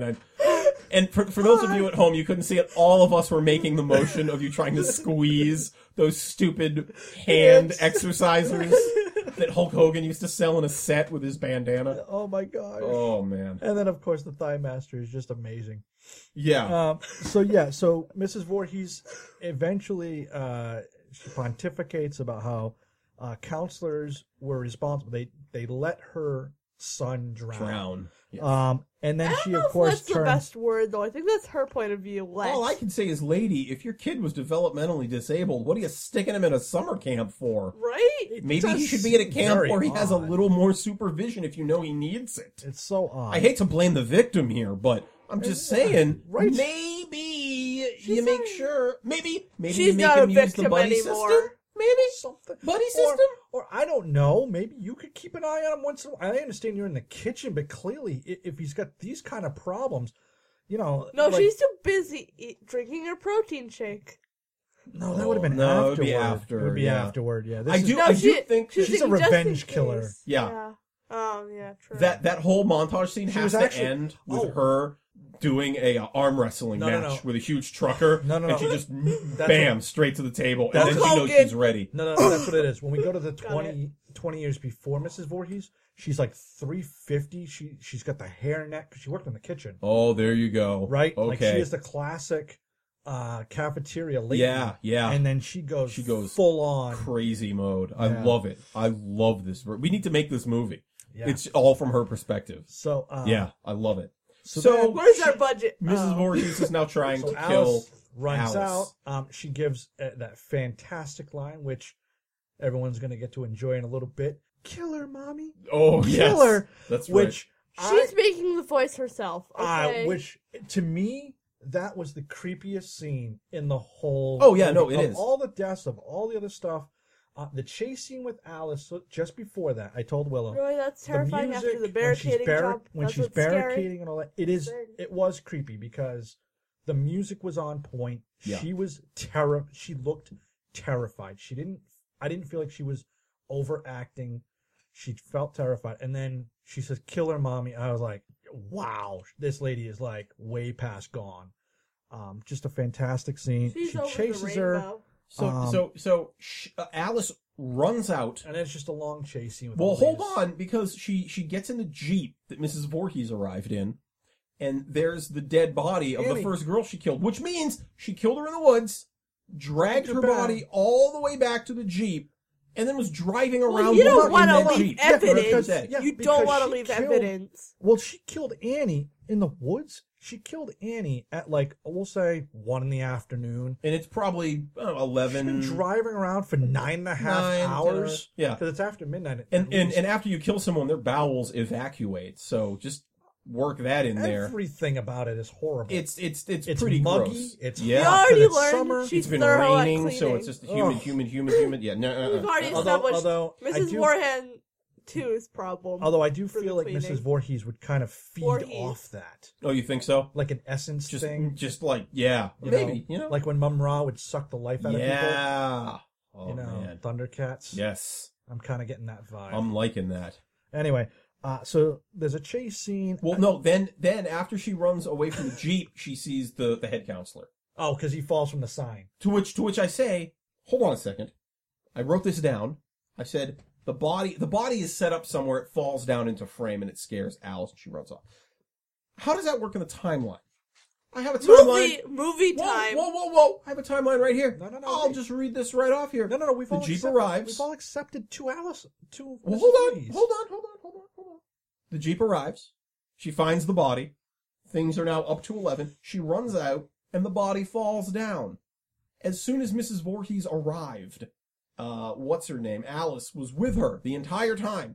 1979. And for, for those of you at home, you couldn't see it. All of us were making the motion of you trying to squeeze those stupid hand
Hands.
exercisers that Hulk Hogan used to sell in a set with his bandana.
Oh my god.
Oh man,
And then of course the Thigh Master is just amazing.
yeah,
Um, (laughs) so yeah, so Mrs. Voorhees eventually uh, she pontificates about how uh, counselors were responsible. They they let her son drown.
drown. Yeah.
Um, and
I
then
don't
she
know
of
if
course Oh,
that's the
turns.
best word though. I think that's her point of view. Let.
All I can say is, lady, if your kid was developmentally disabled, what are you sticking him in a summer camp for?
right?
Maybe he
does
should be at a
seem
camp
very
where he has a
odd.
little more supervision if you know he needs it.
It's so odd.
I hate to blame the victim here, but I'm just saying,
Right.
maybe you make sure, maybe, maybe you
She's
make
not a
him use the
victim
buddy
anymore.
system. maybe?
Something.
Buddy
Or-
system?
Or, I don't know. Maybe you could keep an eye on him once in a while. I understand you're in the kitchen, but clearly, i- if he's got these kind of problems, you know.
No,
like-
she's too busy eat, drinking her protein shake.
No, that would have been
No, it would
afterward.
be
It would
after,
be
yeah.
afterward, yeah. This
I
is-
do-
No,
I
she,
do think
she's
She's a
like, "Just in
revenge killer."
case."
Yeah.
Oh yeah, true.
That that whole montage scene
She
has
was
to
actually-
end with
oh.
her doing a uh, arm wrestling
No, no,
match
no.
with a huge trucker,
No, no,
and
no.
she just (laughs) bam straight to the table, and
That's
then
Hulk
she knows
Hogan.
she's ready.
No, no, that's what it is. When we go to the
(laughs) Got
20, 20 years before Mrs. Voorhees, she's like 350. She, she's got the hairnet because she worked in the kitchen,
Oh, there you go.
right? Like she
Okay.
is the classic uh, cafeteria lady.
yeah, yeah.
And then she goes,
She goes
full on.
crazy mode. I
Yeah.
love it. I love this. ver- We need to make this movie.
Yeah.
It's all from her perspective.
so, uh,
yeah, I love it.
So,
Uh-huh. So- Um,
then-
Where's our budget?
Mrs.
Oh.
Voorhees is (laughs) now trying
so
to
Alice
kill.
runs
Alice.
out. Um, she gives uh, that fantastic line, which everyone's going to get to enjoy in a little bit. Kill her, mommy.
Oh, yes.
Kill her.
That's right.
Which I-
She's making the voice herself. Okay.
Uh, which to me, that was the creepiest scene in the whole.
Oh, yeah, no,
movie.
it
of
is.
All the deaths of all the other stuff. Uh, the chase scene with Alice so- just before that, I told Willow.
really, that's terrifying
the music,
after the
when she's
barricading
barri-
job.
When
that's
she's
what's scary.
barricading and all that, it is
Scary.
it was creepy because the music was on point.
Yeah.
She was terror. She looked terrified. She didn't. I didn't feel like she was overacting. She felt terrified, and then she says, "Kill her, mommy." I was like, "Wow, this lady is like way past gone." Um, just a fantastic scene.
She's
she
over the
chases
rainbow.
her,
So,
um,
so, so sh- uh, Alice runs out.
and it's just a long chase scene. With
Well,
all
hold
these-
on, because she she gets in the jeep that Mrs. Voorhees arrived in, and there's the dead body of
Annie.
the first girl she killed, which means she killed her in the woods, dragged
Took
her
her back.
body all the way back to the jeep, and then was driving
Well,
around.
you don't
with her in
want
that
to leave
Jeep.
Yeah,
because-
evidence.
yeah,
you
because
don't want to
she
leave
killed-
evidence.
Well, she killed Annie in the woods. She killed Annie at like we'll say one in the afternoon.
and it's probably I don't know,
She's been
eleven.
driving around for nine and a half
Nine, ten
hours.
hours. Yeah.
because it's after midnight. at
and, and
least.
and after you kill someone, their bowels evacuate. So just work that in there.
everything about it is horrible.
It's it's it's,
It's
pretty
muggy,
gross.
it's
We
Yeah,
yeah.
hot.
already
'cause it's
learned
summer,
she's
it's been
thorough at
raining, so
cleaning.
it's just human,
Ugh.
human, human, human. Yeah, no, uh,
We've already
Although-
established
although I
Mrs.
do-
Warren two's problem.
although I do
for the
feel like
cleaning.
Mrs. Voorhees would kind of feed
Voorhees.
off that,
oh, you think so?
like an essence
Just,
thing.
just like yeah,
you
maybe
know?
you know,
like when Mum Ra would suck the life out of
yeah.
people.
Oh
you know,
man,
Thundercats.
yes,
I'm kind of getting that vibe.
I'm liking that.
anyway, uh, so there's a chase scene.
Well, no, then then after she runs away from the jeep, she sees the the head counselor.
Oh, because he falls from the sign.
To which to which I say, hold on a second. I wrote this down. I said the body the body is set up somewhere. It falls down into frame and it scares Alice and she runs off. How does that work in the timeline? I have a timeline.
movie movie
Whoa,
time.
Whoa, whoa, whoa! I have a timeline right here.
No, no, no,
I'll
wait.
just read this right off here.
No, no, no. We've
the
all
jeep
accepted,
arrives.
We've all accepted two Alice. Two.
Well,
Mrs.
hold on,
Voorhees.
hold on, hold on, hold on, hold on. The jeep arrives. She finds the body. Things are now up to eleven. She runs out, and the body falls down. As soon as Mrs. Voorhees arrived, uh, what's her name? Alice was with her the entire time.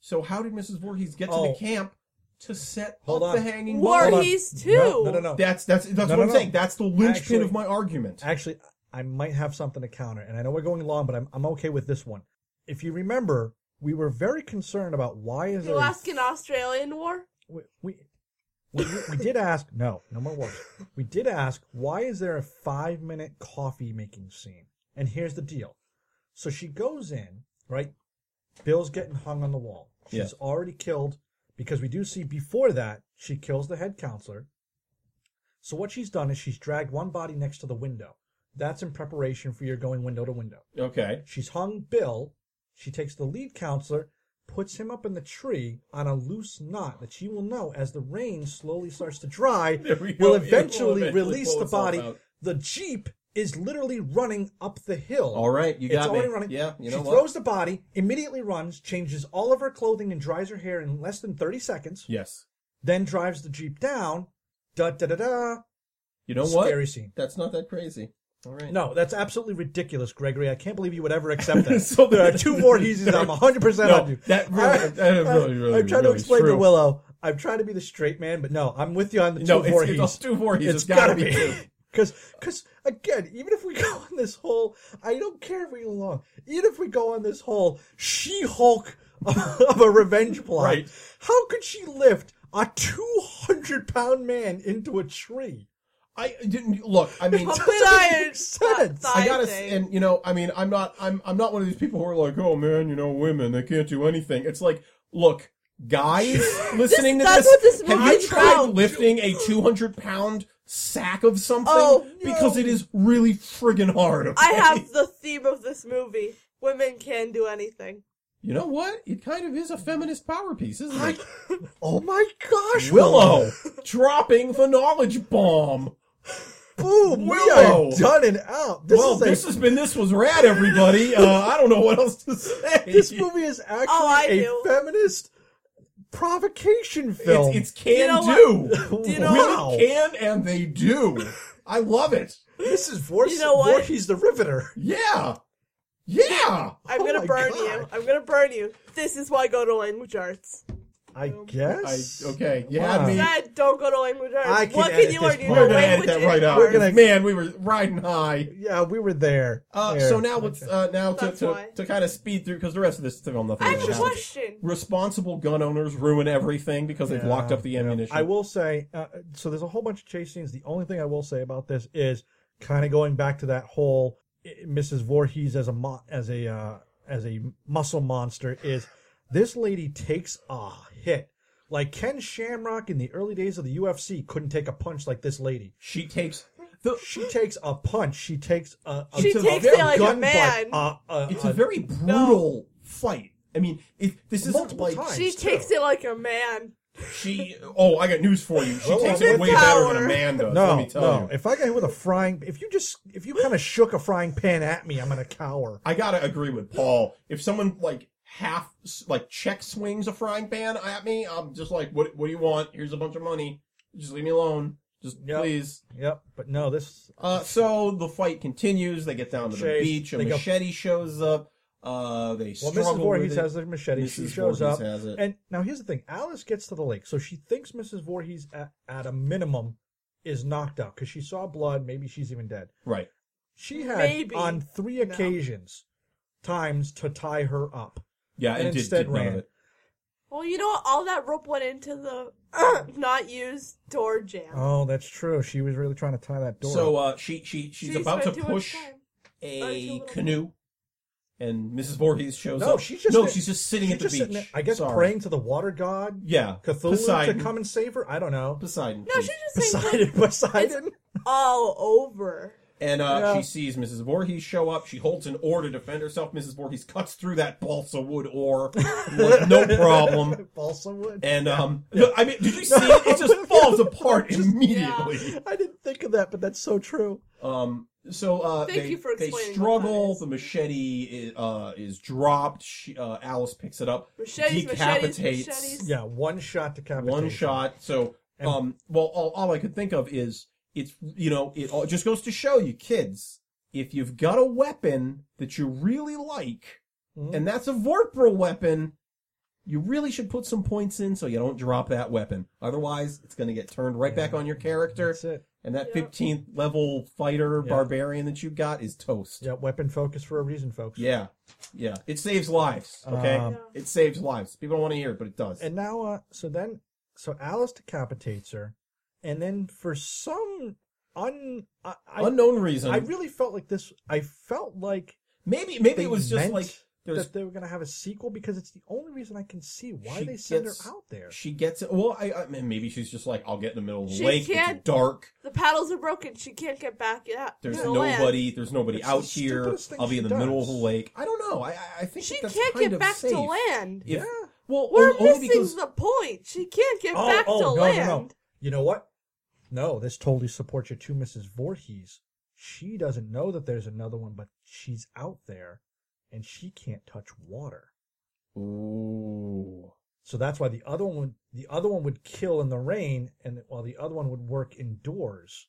So how did Mrs. Voorhees get to
Oh.
the camp to set
Hold
up
on.
the hanging
Hold
body?
on.
Voorhees too.
No, no, no. no.
That's that's that's
No,
what
no,
I'm
no.
saying. That's the linchpin
Actually-
of my argument.
Actually, I might have something to counter, and I know we're going long, but I'm I'm okay with this one. If you remember, we were very concerned about why is
The
there a
Alaskan Australian War.
we we, we, we did ask no no more words we did ask why is there a five minute coffee making scene and here's the deal so she goes in right bill's getting hung on the wall she's
Yeah.
already killed because we do see before that she kills the head counselor so what she's done is she's dragged one body next to the window that's in preparation for your going window to window
Okay.
She's hung Bill. She takes the lead counselor, puts him up in the tree on a loose knot that she will know as the rain slowly starts to dry,
(laughs) There we go.
will
It will
eventually
eventually
release
pull
the
itself
body.
out.
The Jeep is literally running up the hill.
All right, you
It's
got
already
me.
running.
Yeah, you know
she
what?
throws the body, immediately runs, changes all of her clothing, and dries her hair in less than 30 seconds,
Yes.
then drives the Jeep down. Da da da da.
You know what?
Scary scene.
That's not that crazy. All right.
No, that's absolutely ridiculous, Gregory. I can't believe you would ever accept that.
(laughs) So
there are
that-
two Voorheeses. I'm 100 percent
No,
on you.
that really- that really, really,
I'm trying to
really
explain
true.
to Willow. I'm trying to be the straight man, but no, I'm with you on the two
No, it's,
Voorhees.
it's, it's two
(laughs)
Voorhees.
it's gotta be.
two.
Because, because again, even if we go on this whole, I don't care if we go along. Even if we go on this whole She-Hulk (laughs) of a revenge plot,
Right.
how could she lift a two hundred pound man into a tree?
I didn't look. I
(laughs)
(laughs) It
mean, (laughs)
Puppet
doesn't make
iron.
sense.
Thought-
I gotta,
thing.
s and you know, I mean, I'm not, I'm, I'm not one of these people who are like, oh man, you know, women, they can't do anything. It's like, look, guys, listening to
that's
this,
what this
have
movie's
you tried
about.
lifting a 200 pound sack of something?
Oh, no.
because it is really friggin' hard.
I
okay?
have the theme of this movie. Women can do anything.
You know what? It kind of is a feminist power piece, isn't it?
Oh my gosh,
Willow
(laughs)
dropping the knowledge bomb.
Boom!
Willow.
We are done and out. This
well,
is a-
this has been this was rad, everybody. Uh, I don't know what else to say.
this movie is actually
Oh, I
a
do.
feminist provocation film.
It's, it's can
You know
do.
Do (laughs) you
know
Women
what?
can and they do. I love it.
this is Vor-
You know what?
Voorhees the Riveter.
Yeah. Yeah.
I'm
Oh
gonna
my
burn
God.
you. I'm gonna burn you. This is why I go to language arts.
I
I,
guess.
okay. You
Wow.
had me.
Dad, don't go to language arts.
I can
what
edit
can you
this
learn? You
part.
We're
know
gonna edit
language
that right out.
We're gonna-
Man, we were riding high.
Yeah, we were there.
Uh,
There.
so now let's uh, now to,
That's
to,
why.
to kind of speed through because the rest of this film nothing.
I have
really
a
happens.
question.
Responsible gun owners ruin everything because they've
Yeah,
locked up the
yeah.
ammunition.
I will say, uh, so there's a whole bunch of chase scenes. The only thing I will say about this is kind of going back to that whole eh, Mrs. Voorhees as a mo- as a uh, as a muscle monster is this lady takes a hit. Like Ken Shamrock in the early days of the UFC couldn't take a punch like this lady.
She takes the. (gasps)
She takes a punch. She takes a, a
She
It's a
takes
very
it like a
gun
man.
butt. A, a,
It's
a-
a very brutal fight. I mean, it, this isn't
Multiple
like
times.
She
too.
takes it like a man.
she. Oh, I got news for you. She
Well,
takes
well,
it way better
power.
than Amanda.
no,
let me tell
no.
you.
If I got hit with a frying, if you just, if you kind of shook a frying pan at me, I'm gonna cower.
I gotta agree with Paul. If someone like half like check swings a frying pan at me, I'm just like, what? What do you want? Here's a bunch of money. Just leave me alone. Just
Yep.
please.
Yep, but no, this
Uh, so the fight continues. They get down to the
Chase.
beach. A
They go-
machete shows up. Uh, they
well,
struggle
Mrs. Voorhees
with it.
has the machete. she
Mrs.
shows
Voorhees
up,
has it.
and now here's the thing: Alice gets to the lake, so she thinks Mrs. Voorhees, at, at a minimum, is knocked out because she saw blood. Maybe she's even dead.
right.
She had
Maybe.
on three
No.
occasions times to tie her up.
Yeah,
And
and did,
instead
did none of
ran.
it.
Well, you know what? All that rope went into the (clears throat) not used door jam.
Oh, that's true. She was really trying to tie that door.
So
up.
uh, she she she's
She
about to
spent too much
push
time.
a
little-
canoe, and Mrs. Voorhees shows
no,
up.
she's just
no, she's just sitting
she's
at the
just
beach.
sitting there, I guess
Sorry.
praying to the water god
Yeah,
Cthulhu
Poseidon.
to come and save her. I don't
(laughs)
know.
Poseidon.
No,
please.
she just
Poseidon,
saying
Poseidon.
all over.
And uh,
Yeah.
she sees Mrs. Voorhees show up. She holds an oar to defend herself. Mrs. Voorhees cuts through that balsa wood oar,
(laughs)
like, no problem.
Balsa wood.
And um, I mean, did you see it?
(laughs)
It just falls apart immediately.
I didn't think of that, but that's so true.
Um, so uh,
Thank
they,
you for
they
explaining what
struggle.
that is.
The machete i- uh, is dropped. She, uh, Alice picks it up,
Machetes, machetes,
decapitates
machetes.
Yeah, one shot decapitation.
one shot. So
And-
um, well, all, all I could think of is it's you know it, all, it just goes to show you, kids, if you've got a weapon that you really like.
Mhm.
and that's a Vorpal weapon, you really should put some points in so you don't drop that weapon. Otherwise, it's going to get turned right back on your character,
That's it.
and that
Yeah.
15th level fighter
Yeah.
barbarian that you've got is toast.
Yeah, weapon focus for a reason, folks.
Yeah, yeah. It saves lives, okay?
Um,
it saves lives. People don't want to hear it, but it does.
And now, uh, so then, so Alice decapitates her, and then for some un, I, I,
Unknown reason.
I really felt like this. I felt like
maybe maybe
they
it was just
meant
like there's
that they were gonna have a sequel because it's the only reason I can see why
She
they send
gets-
her out there.
(laughs) she gets it. Well, I, I mean, maybe she's just like I'll get in the middle of the
She
lake.
can't-
It's dark.
The paddles are broken. She can't get back out.
There's
to the land.
nobody. There's nobody
It's the
out here.
stupidest thing
I'll be
she
in the middle of
does.
the lake. I don't know. I I- I think
She
that's
can't
kind
get
of
back
safe.
to land.
If-
Yeah.
Well,
We're
on- only
missing
because
the point. She can't get
oh,
back
oh,
to
no,
land.
no, no. You know what? No, this totally supports your two Mrs. Voorhees. She doesn't know that there's another one, but she's out there, and she can't touch water.
Ooh.
So that's why the other one would the other one would kill in the rain, and while the other one would work indoors.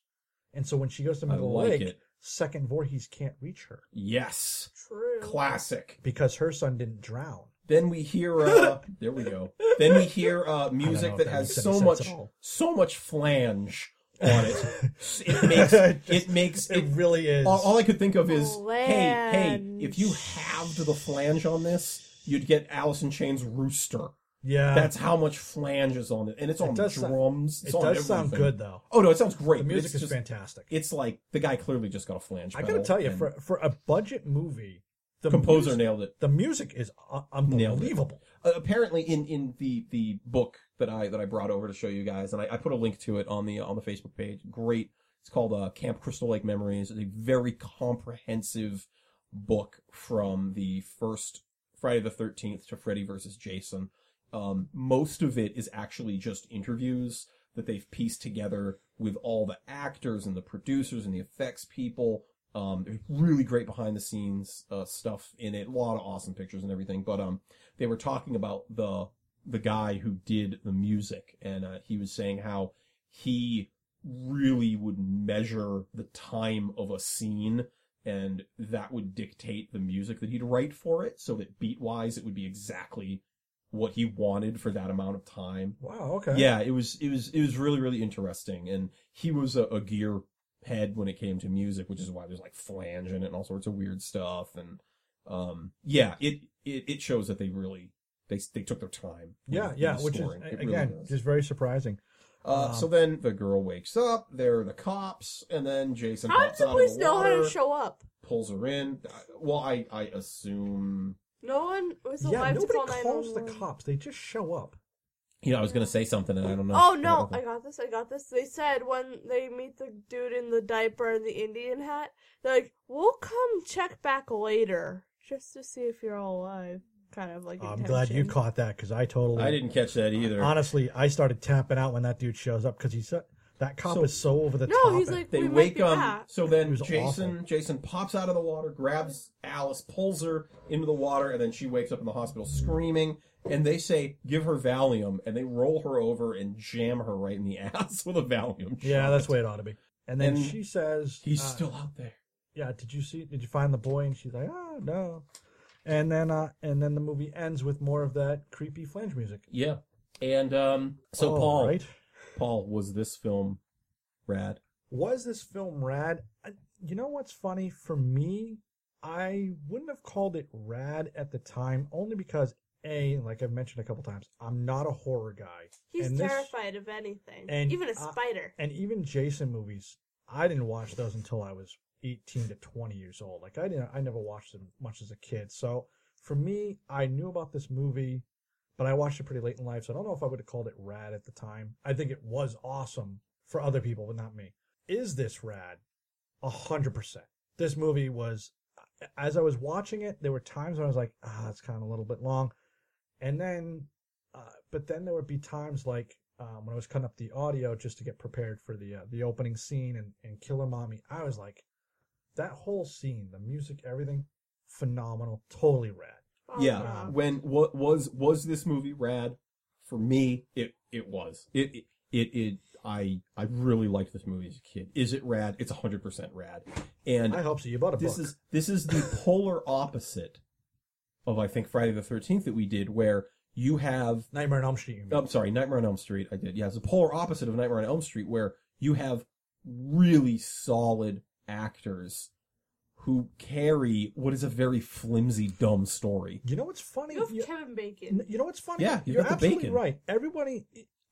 And so when she goes to the
I
middle of the
like
lake,
it.
second Voorhees can't reach her
Yes.
True.
Classic.
because her son didn't drown.
Then we hear uh there we go. Then we hear
(laughs)
uh
I don't know
music
if
that
that
has
makes any
so
sense
much
at all.
so much flange (laughs) on it. It makes it
(laughs)
makes
It
it.
really is.
All, all I could think of is, hey,
Flange.
hey, if you halved the flange on this, you'd get Alice in Chains Rooster.
yeah,
That's how much flange is on it, and it's on
Uh, does sou-
drums.
it
it's on
does sound
everything.
good though.
Oh no, it sounds great.
The
but
music
it's
is
just-
fantastic.
It's like the guy clearly just got a flange.
I gotta
pedal
tell you,
and
for for a budget movie, the
composer
music,
nailed it.
the music is uh,
Nailed it.
unbelievable.
Uh, apparently, in in the the book that I that I brought over to show you guys, and I, I put a link to it on the on the Facebook page. Great, it's called uh, Camp Crystal Lake Memories. It's a very comprehensive book from the first Friday the Thirteenth to Freddy versus Jason. Um, most of it is actually just interviews that they've pieced together with all the actors and the producers and the effects people. Um, there's really great behind the scenes uh, stuff in it. A lot of awesome pictures and everything. But um, they were talking about the the guy who did the music, and uh, he was saying how he really would measure the time of a scene, and that would dictate the music that he'd write for it, so that beat wise it would be exactly what he wanted for that amount of time.
Wow. Okay.
Yeah, it was it was it was really really interesting, and he was a, a gear head when it came to music, which is why there's like flange in it and all sorts of weird stuff, and um, yeah, it it, it shows that they really they they took their time. with-
Yeah.
with
Yeah.
the
Which is
scoring. It really
again
does.
just very surprising.
uh,
um,
so then the girl wakes up. There are the cops, and then Jason
How did
pops
the
out of
police
the
know how
water,
to show up?
pulls her in. I- Well, I I assume.
No one was
yeah.
alive to oh call
Nobody calls the
911.
cops. They just show up.
You know, I was gonna say something, and I don't know.
Oh no, I got this, I got this. They said when they meet the dude in the diaper and the Indian hat, they're like, we'll come check back later just to see if you're all alive. Kind of like
Oh, I'm glad you
intention.
caught that because I totally.
I didn't catch that either.
Honestly, I started tapping out when that dude shows up because he's so- that cop
So-
is so over the
No,
top.
he's
and-
like,
They
we might
wake
be
up.
back.
So
It
then
was
Jason
awful.
Jason pops out of the water, grabs Alice, pulls her into the water, and then she wakes up in the hospital screaming. And they say, "Give her Valium," and they roll her over and jam her right in the (laughs) ass with a Valium.
yeah,
shot.
that's the way it ought to be. And then
And
she says,
He's
uh,
still out there.
yeah, did you see? Did you find the boy?" And she's like, "Oh no." And then, uh, and then the movie ends with more of that creepy flange music.
Yeah. And um, so
All
Paul,
Oh, right.
Paul, was this film rad?
was this film rad? I, you know what's funny for me? I wouldn't have called it rad at the time, only because a, like I've mentioned a couple times, I'm not a horror guy.
He's
And this-
terrified of anything,
and uh,
even a
I-
spider.
and even Jason movies, I didn't watch those until I was 18 to 20 years old. Like I didn't, I never watched them much as a kid. So for me, I knew about this movie, but I watched it pretty late in life. So I don't know if I would have called it rad at the time. I think it was awesome for other people, but not me. Is this rad? A hundred percent. This movie was, as I was watching it, there were times when I was like, ah, it's kind of a little bit long. And then uh, but then there would be times like um, when I was cutting up the audio just to get prepared for the uh, the opening scene and, and Killer Mommy, I was like, that whole scene, the music, everything, phenomenal, totally rad.
Oh,
yeah.
no.
When what was was this movie rad? For me, it it was. It it it. it I I really liked this movie as a kid. Is it rad? It's hundred percent rad. And
I hope so. You bought a
this
book.
is this is the polar opposite of I think Friday the Thirteenth that we did, where you have
Nightmare on Elm Street. You mean.
I'm sorry, Nightmare on Elm Street. I did. Yeah, it's the polar opposite of Nightmare on Elm Street, where you have really solid actors who carry what is a very flimsy, dumb story.
You know what's funny?
You have
You,
Kevin Bacon.
you know what's funny?
Yeah, you
you're
got the
absolutely
bacon.
right. Everybody,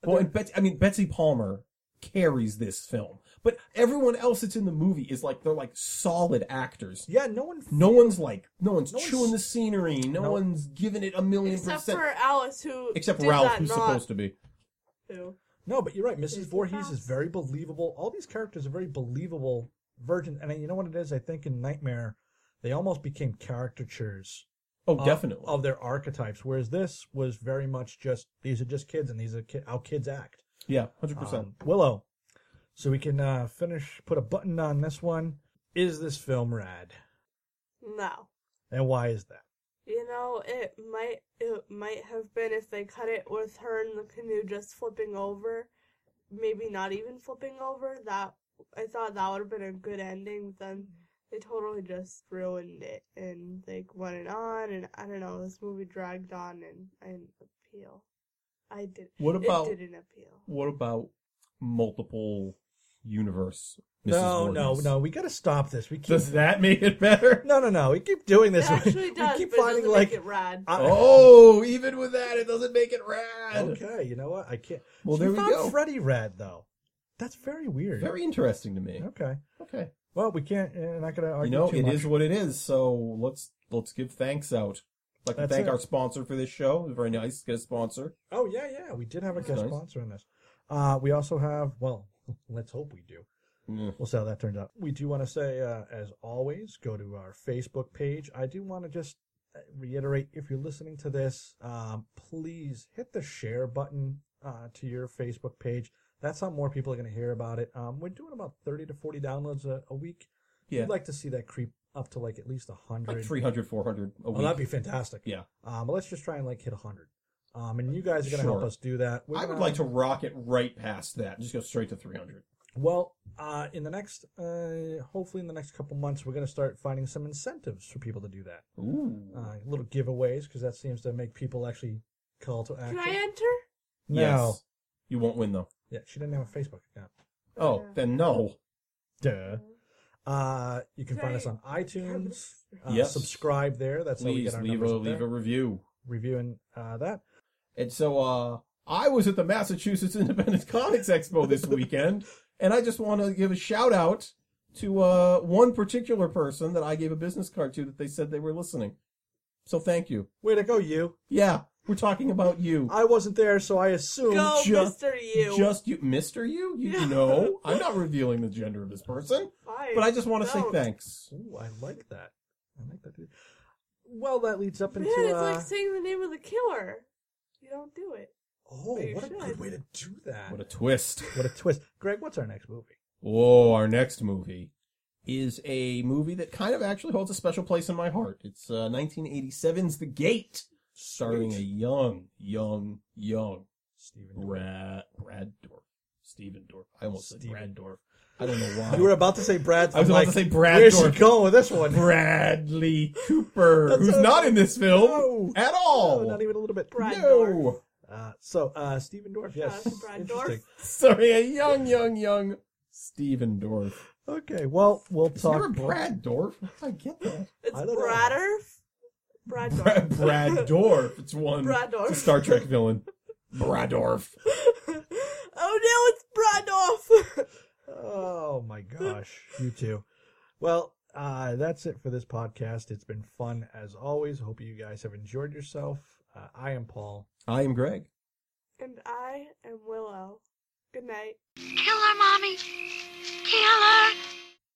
Well, and Bet- I mean, Betsy Palmer carries this film, but everyone else that's in the movie is like they're like solid actors.
yeah, no one.
No one's like, no one's
No one's-
chewing the scenery. No,
No-
one's giving it a million
Except
percent.
for Alice, who
except
did
Ralph,
that
who's
not
supposed to be.
to.
No, but you're right. Mrs.
Jason
Voorhees
Fox.
is very believable. All these characters are very believable virgins, and you know what it is? I think in Nightmare, they almost became caricatures
Oh,
of-
definitely.
of their archetypes. Whereas this was very much just these are just kids, and these are ki- how kids act.
yeah, hundred percent.
Um, Willow, so we can uh, finish put a button on this one. Is this film rad,
No.
and why is that?
You know, it might it might have been if they cut it with her in the canoe just flipping over, maybe not even flipping over. That I thought that would have been a good ending. But then they totally just ruined it and they went it on and I don't know. This movie dragged on and I didn't appeal. I did.
What about
it? Didn't appeal.
what about multiple universe. Mrs.
No, no,
Voorhees.
no. We got to stop this. We keep.
Does that make it (laughs) better?
(laughs) No, no, no. (laughs) We keep doing
It
this.
actually does,
we keep
but it
finding
doesn't
like.
make it rad.
I- (laughs)
Oh, even with that, it doesn't make it rad.
Okay, you know what? I can't.
Well,
She
there we
found
go.
Freddy rad though. That's very weird.
Very interesting to me.
Okay.
Okay,
Well, we can't. eh, not gonna
you
argue
know
too
it
much.
is what it is. So let's let's give thanks out. I'd Like to
That's
thank
it.
our sponsor for this show. Very nice, good sponsor.
Oh yeah, yeah. We did have a
That's
guest
nice.
sponsor in this. Uh, we also have. Well, (laughs) let's hope we do.
Mm.
We'll see how that turns out. We do want to say, uh, as always, go to our Facebook page. I do want to just uh, reiterate if you're listening to this, um, please hit the share button uh, to your Facebook page. That's how more people are going to hear about it. Um, we're doing about 30 to 40 downloads a, a week.
Yeah.
We'd like to see that creep up to like at least 100.
Like 300, 400 a week.
Oh, that'd be fantastic.
Yeah.
Um, but let's just try and like hit 100. Um, and you guys are going to help
Sure.
us do that. We're
I would
gonna-
like to rock it right past that. Just go straight to 300.
Well, uh, in the next, uh, hopefully in the next couple months, we're going to start finding some incentives for people to do that.
Ooh.
Uh, little giveaways, because that seems to make people actually call to action.
Can I enter?
no.
Yes. You won't win though.
Yeah, she didn't have a Facebook account.
Oh, then no.
Duh. Uh, you can
Can
find
I-
us on iTunes. Uh,
Yes.
Subscribe there. That's how we
Please
get our
leave a
numbers up
leave a
there.
review.
Reviewing uh, that.
And so uh I was at the Massachusetts (laughs) Independent Comics Expo this weekend, and I just want to give a shout out to uh one particular person that I gave a business card to that they said they were listening. So thank you.
Way to go, you.
Yeah, we're talking about you.
I wasn't there, so I assume.
Go,
just-
Mister You.
Just you, Mister You. You
Yeah.
know, I'm not revealing the gender of this person,
Fine.
but I just want to say
Don't.
thanks.
Ooh, I like that. I like that. Well, that leads up
Man,
into.
it's
uh,
like saying the name of the killer. You don't do it.
oh,
But you
what a
should.
good way to do that.
What a twist.
What a twist. Greg, what's our next movie?
Whoa, our next movie is a movie that kind of actually holds a special place in my heart. It's uh, 1987's The Gate, starring a young, young, young
Steven.
Brad, Brad Dorf. Steven Dorf. I almost said
Steven.
Brad Dorf. I don't know why.
You were about to say Brad.
I was
I'm
about
like,
to say Brad
Where's
Dorf.
she going with this one? (laughs)
Bradley Cooper,
That's
who's
what I
not
was-
in this film
No.
at all.
No, not even a little bit.
Brad
No.
Dorf.
Uh, so, uh, Steven Dorff, yes.
Shout out to Brad
Interesting.
Sorry, a young, young, young Steven Dorf.
Okay, well, we'll
Is
talk.
there a Brad Dorf? How did I get that?
It's
I don't know.
Bradder. Brad.
Brad, Brad Dorf. It's one.
Bradorf.
It's a Star Trek villain. Bradorf.
(laughs) oh no, it's Bradoff.
Oh, my gosh. You too. Well, uh, that's it for this podcast. It's been fun as always. Hope you guys have enjoyed yourself. Uh, I am Paul.
I am Greg.
(laughs) and I am Willow. Good night.
Kill her, Mommy. Kill her.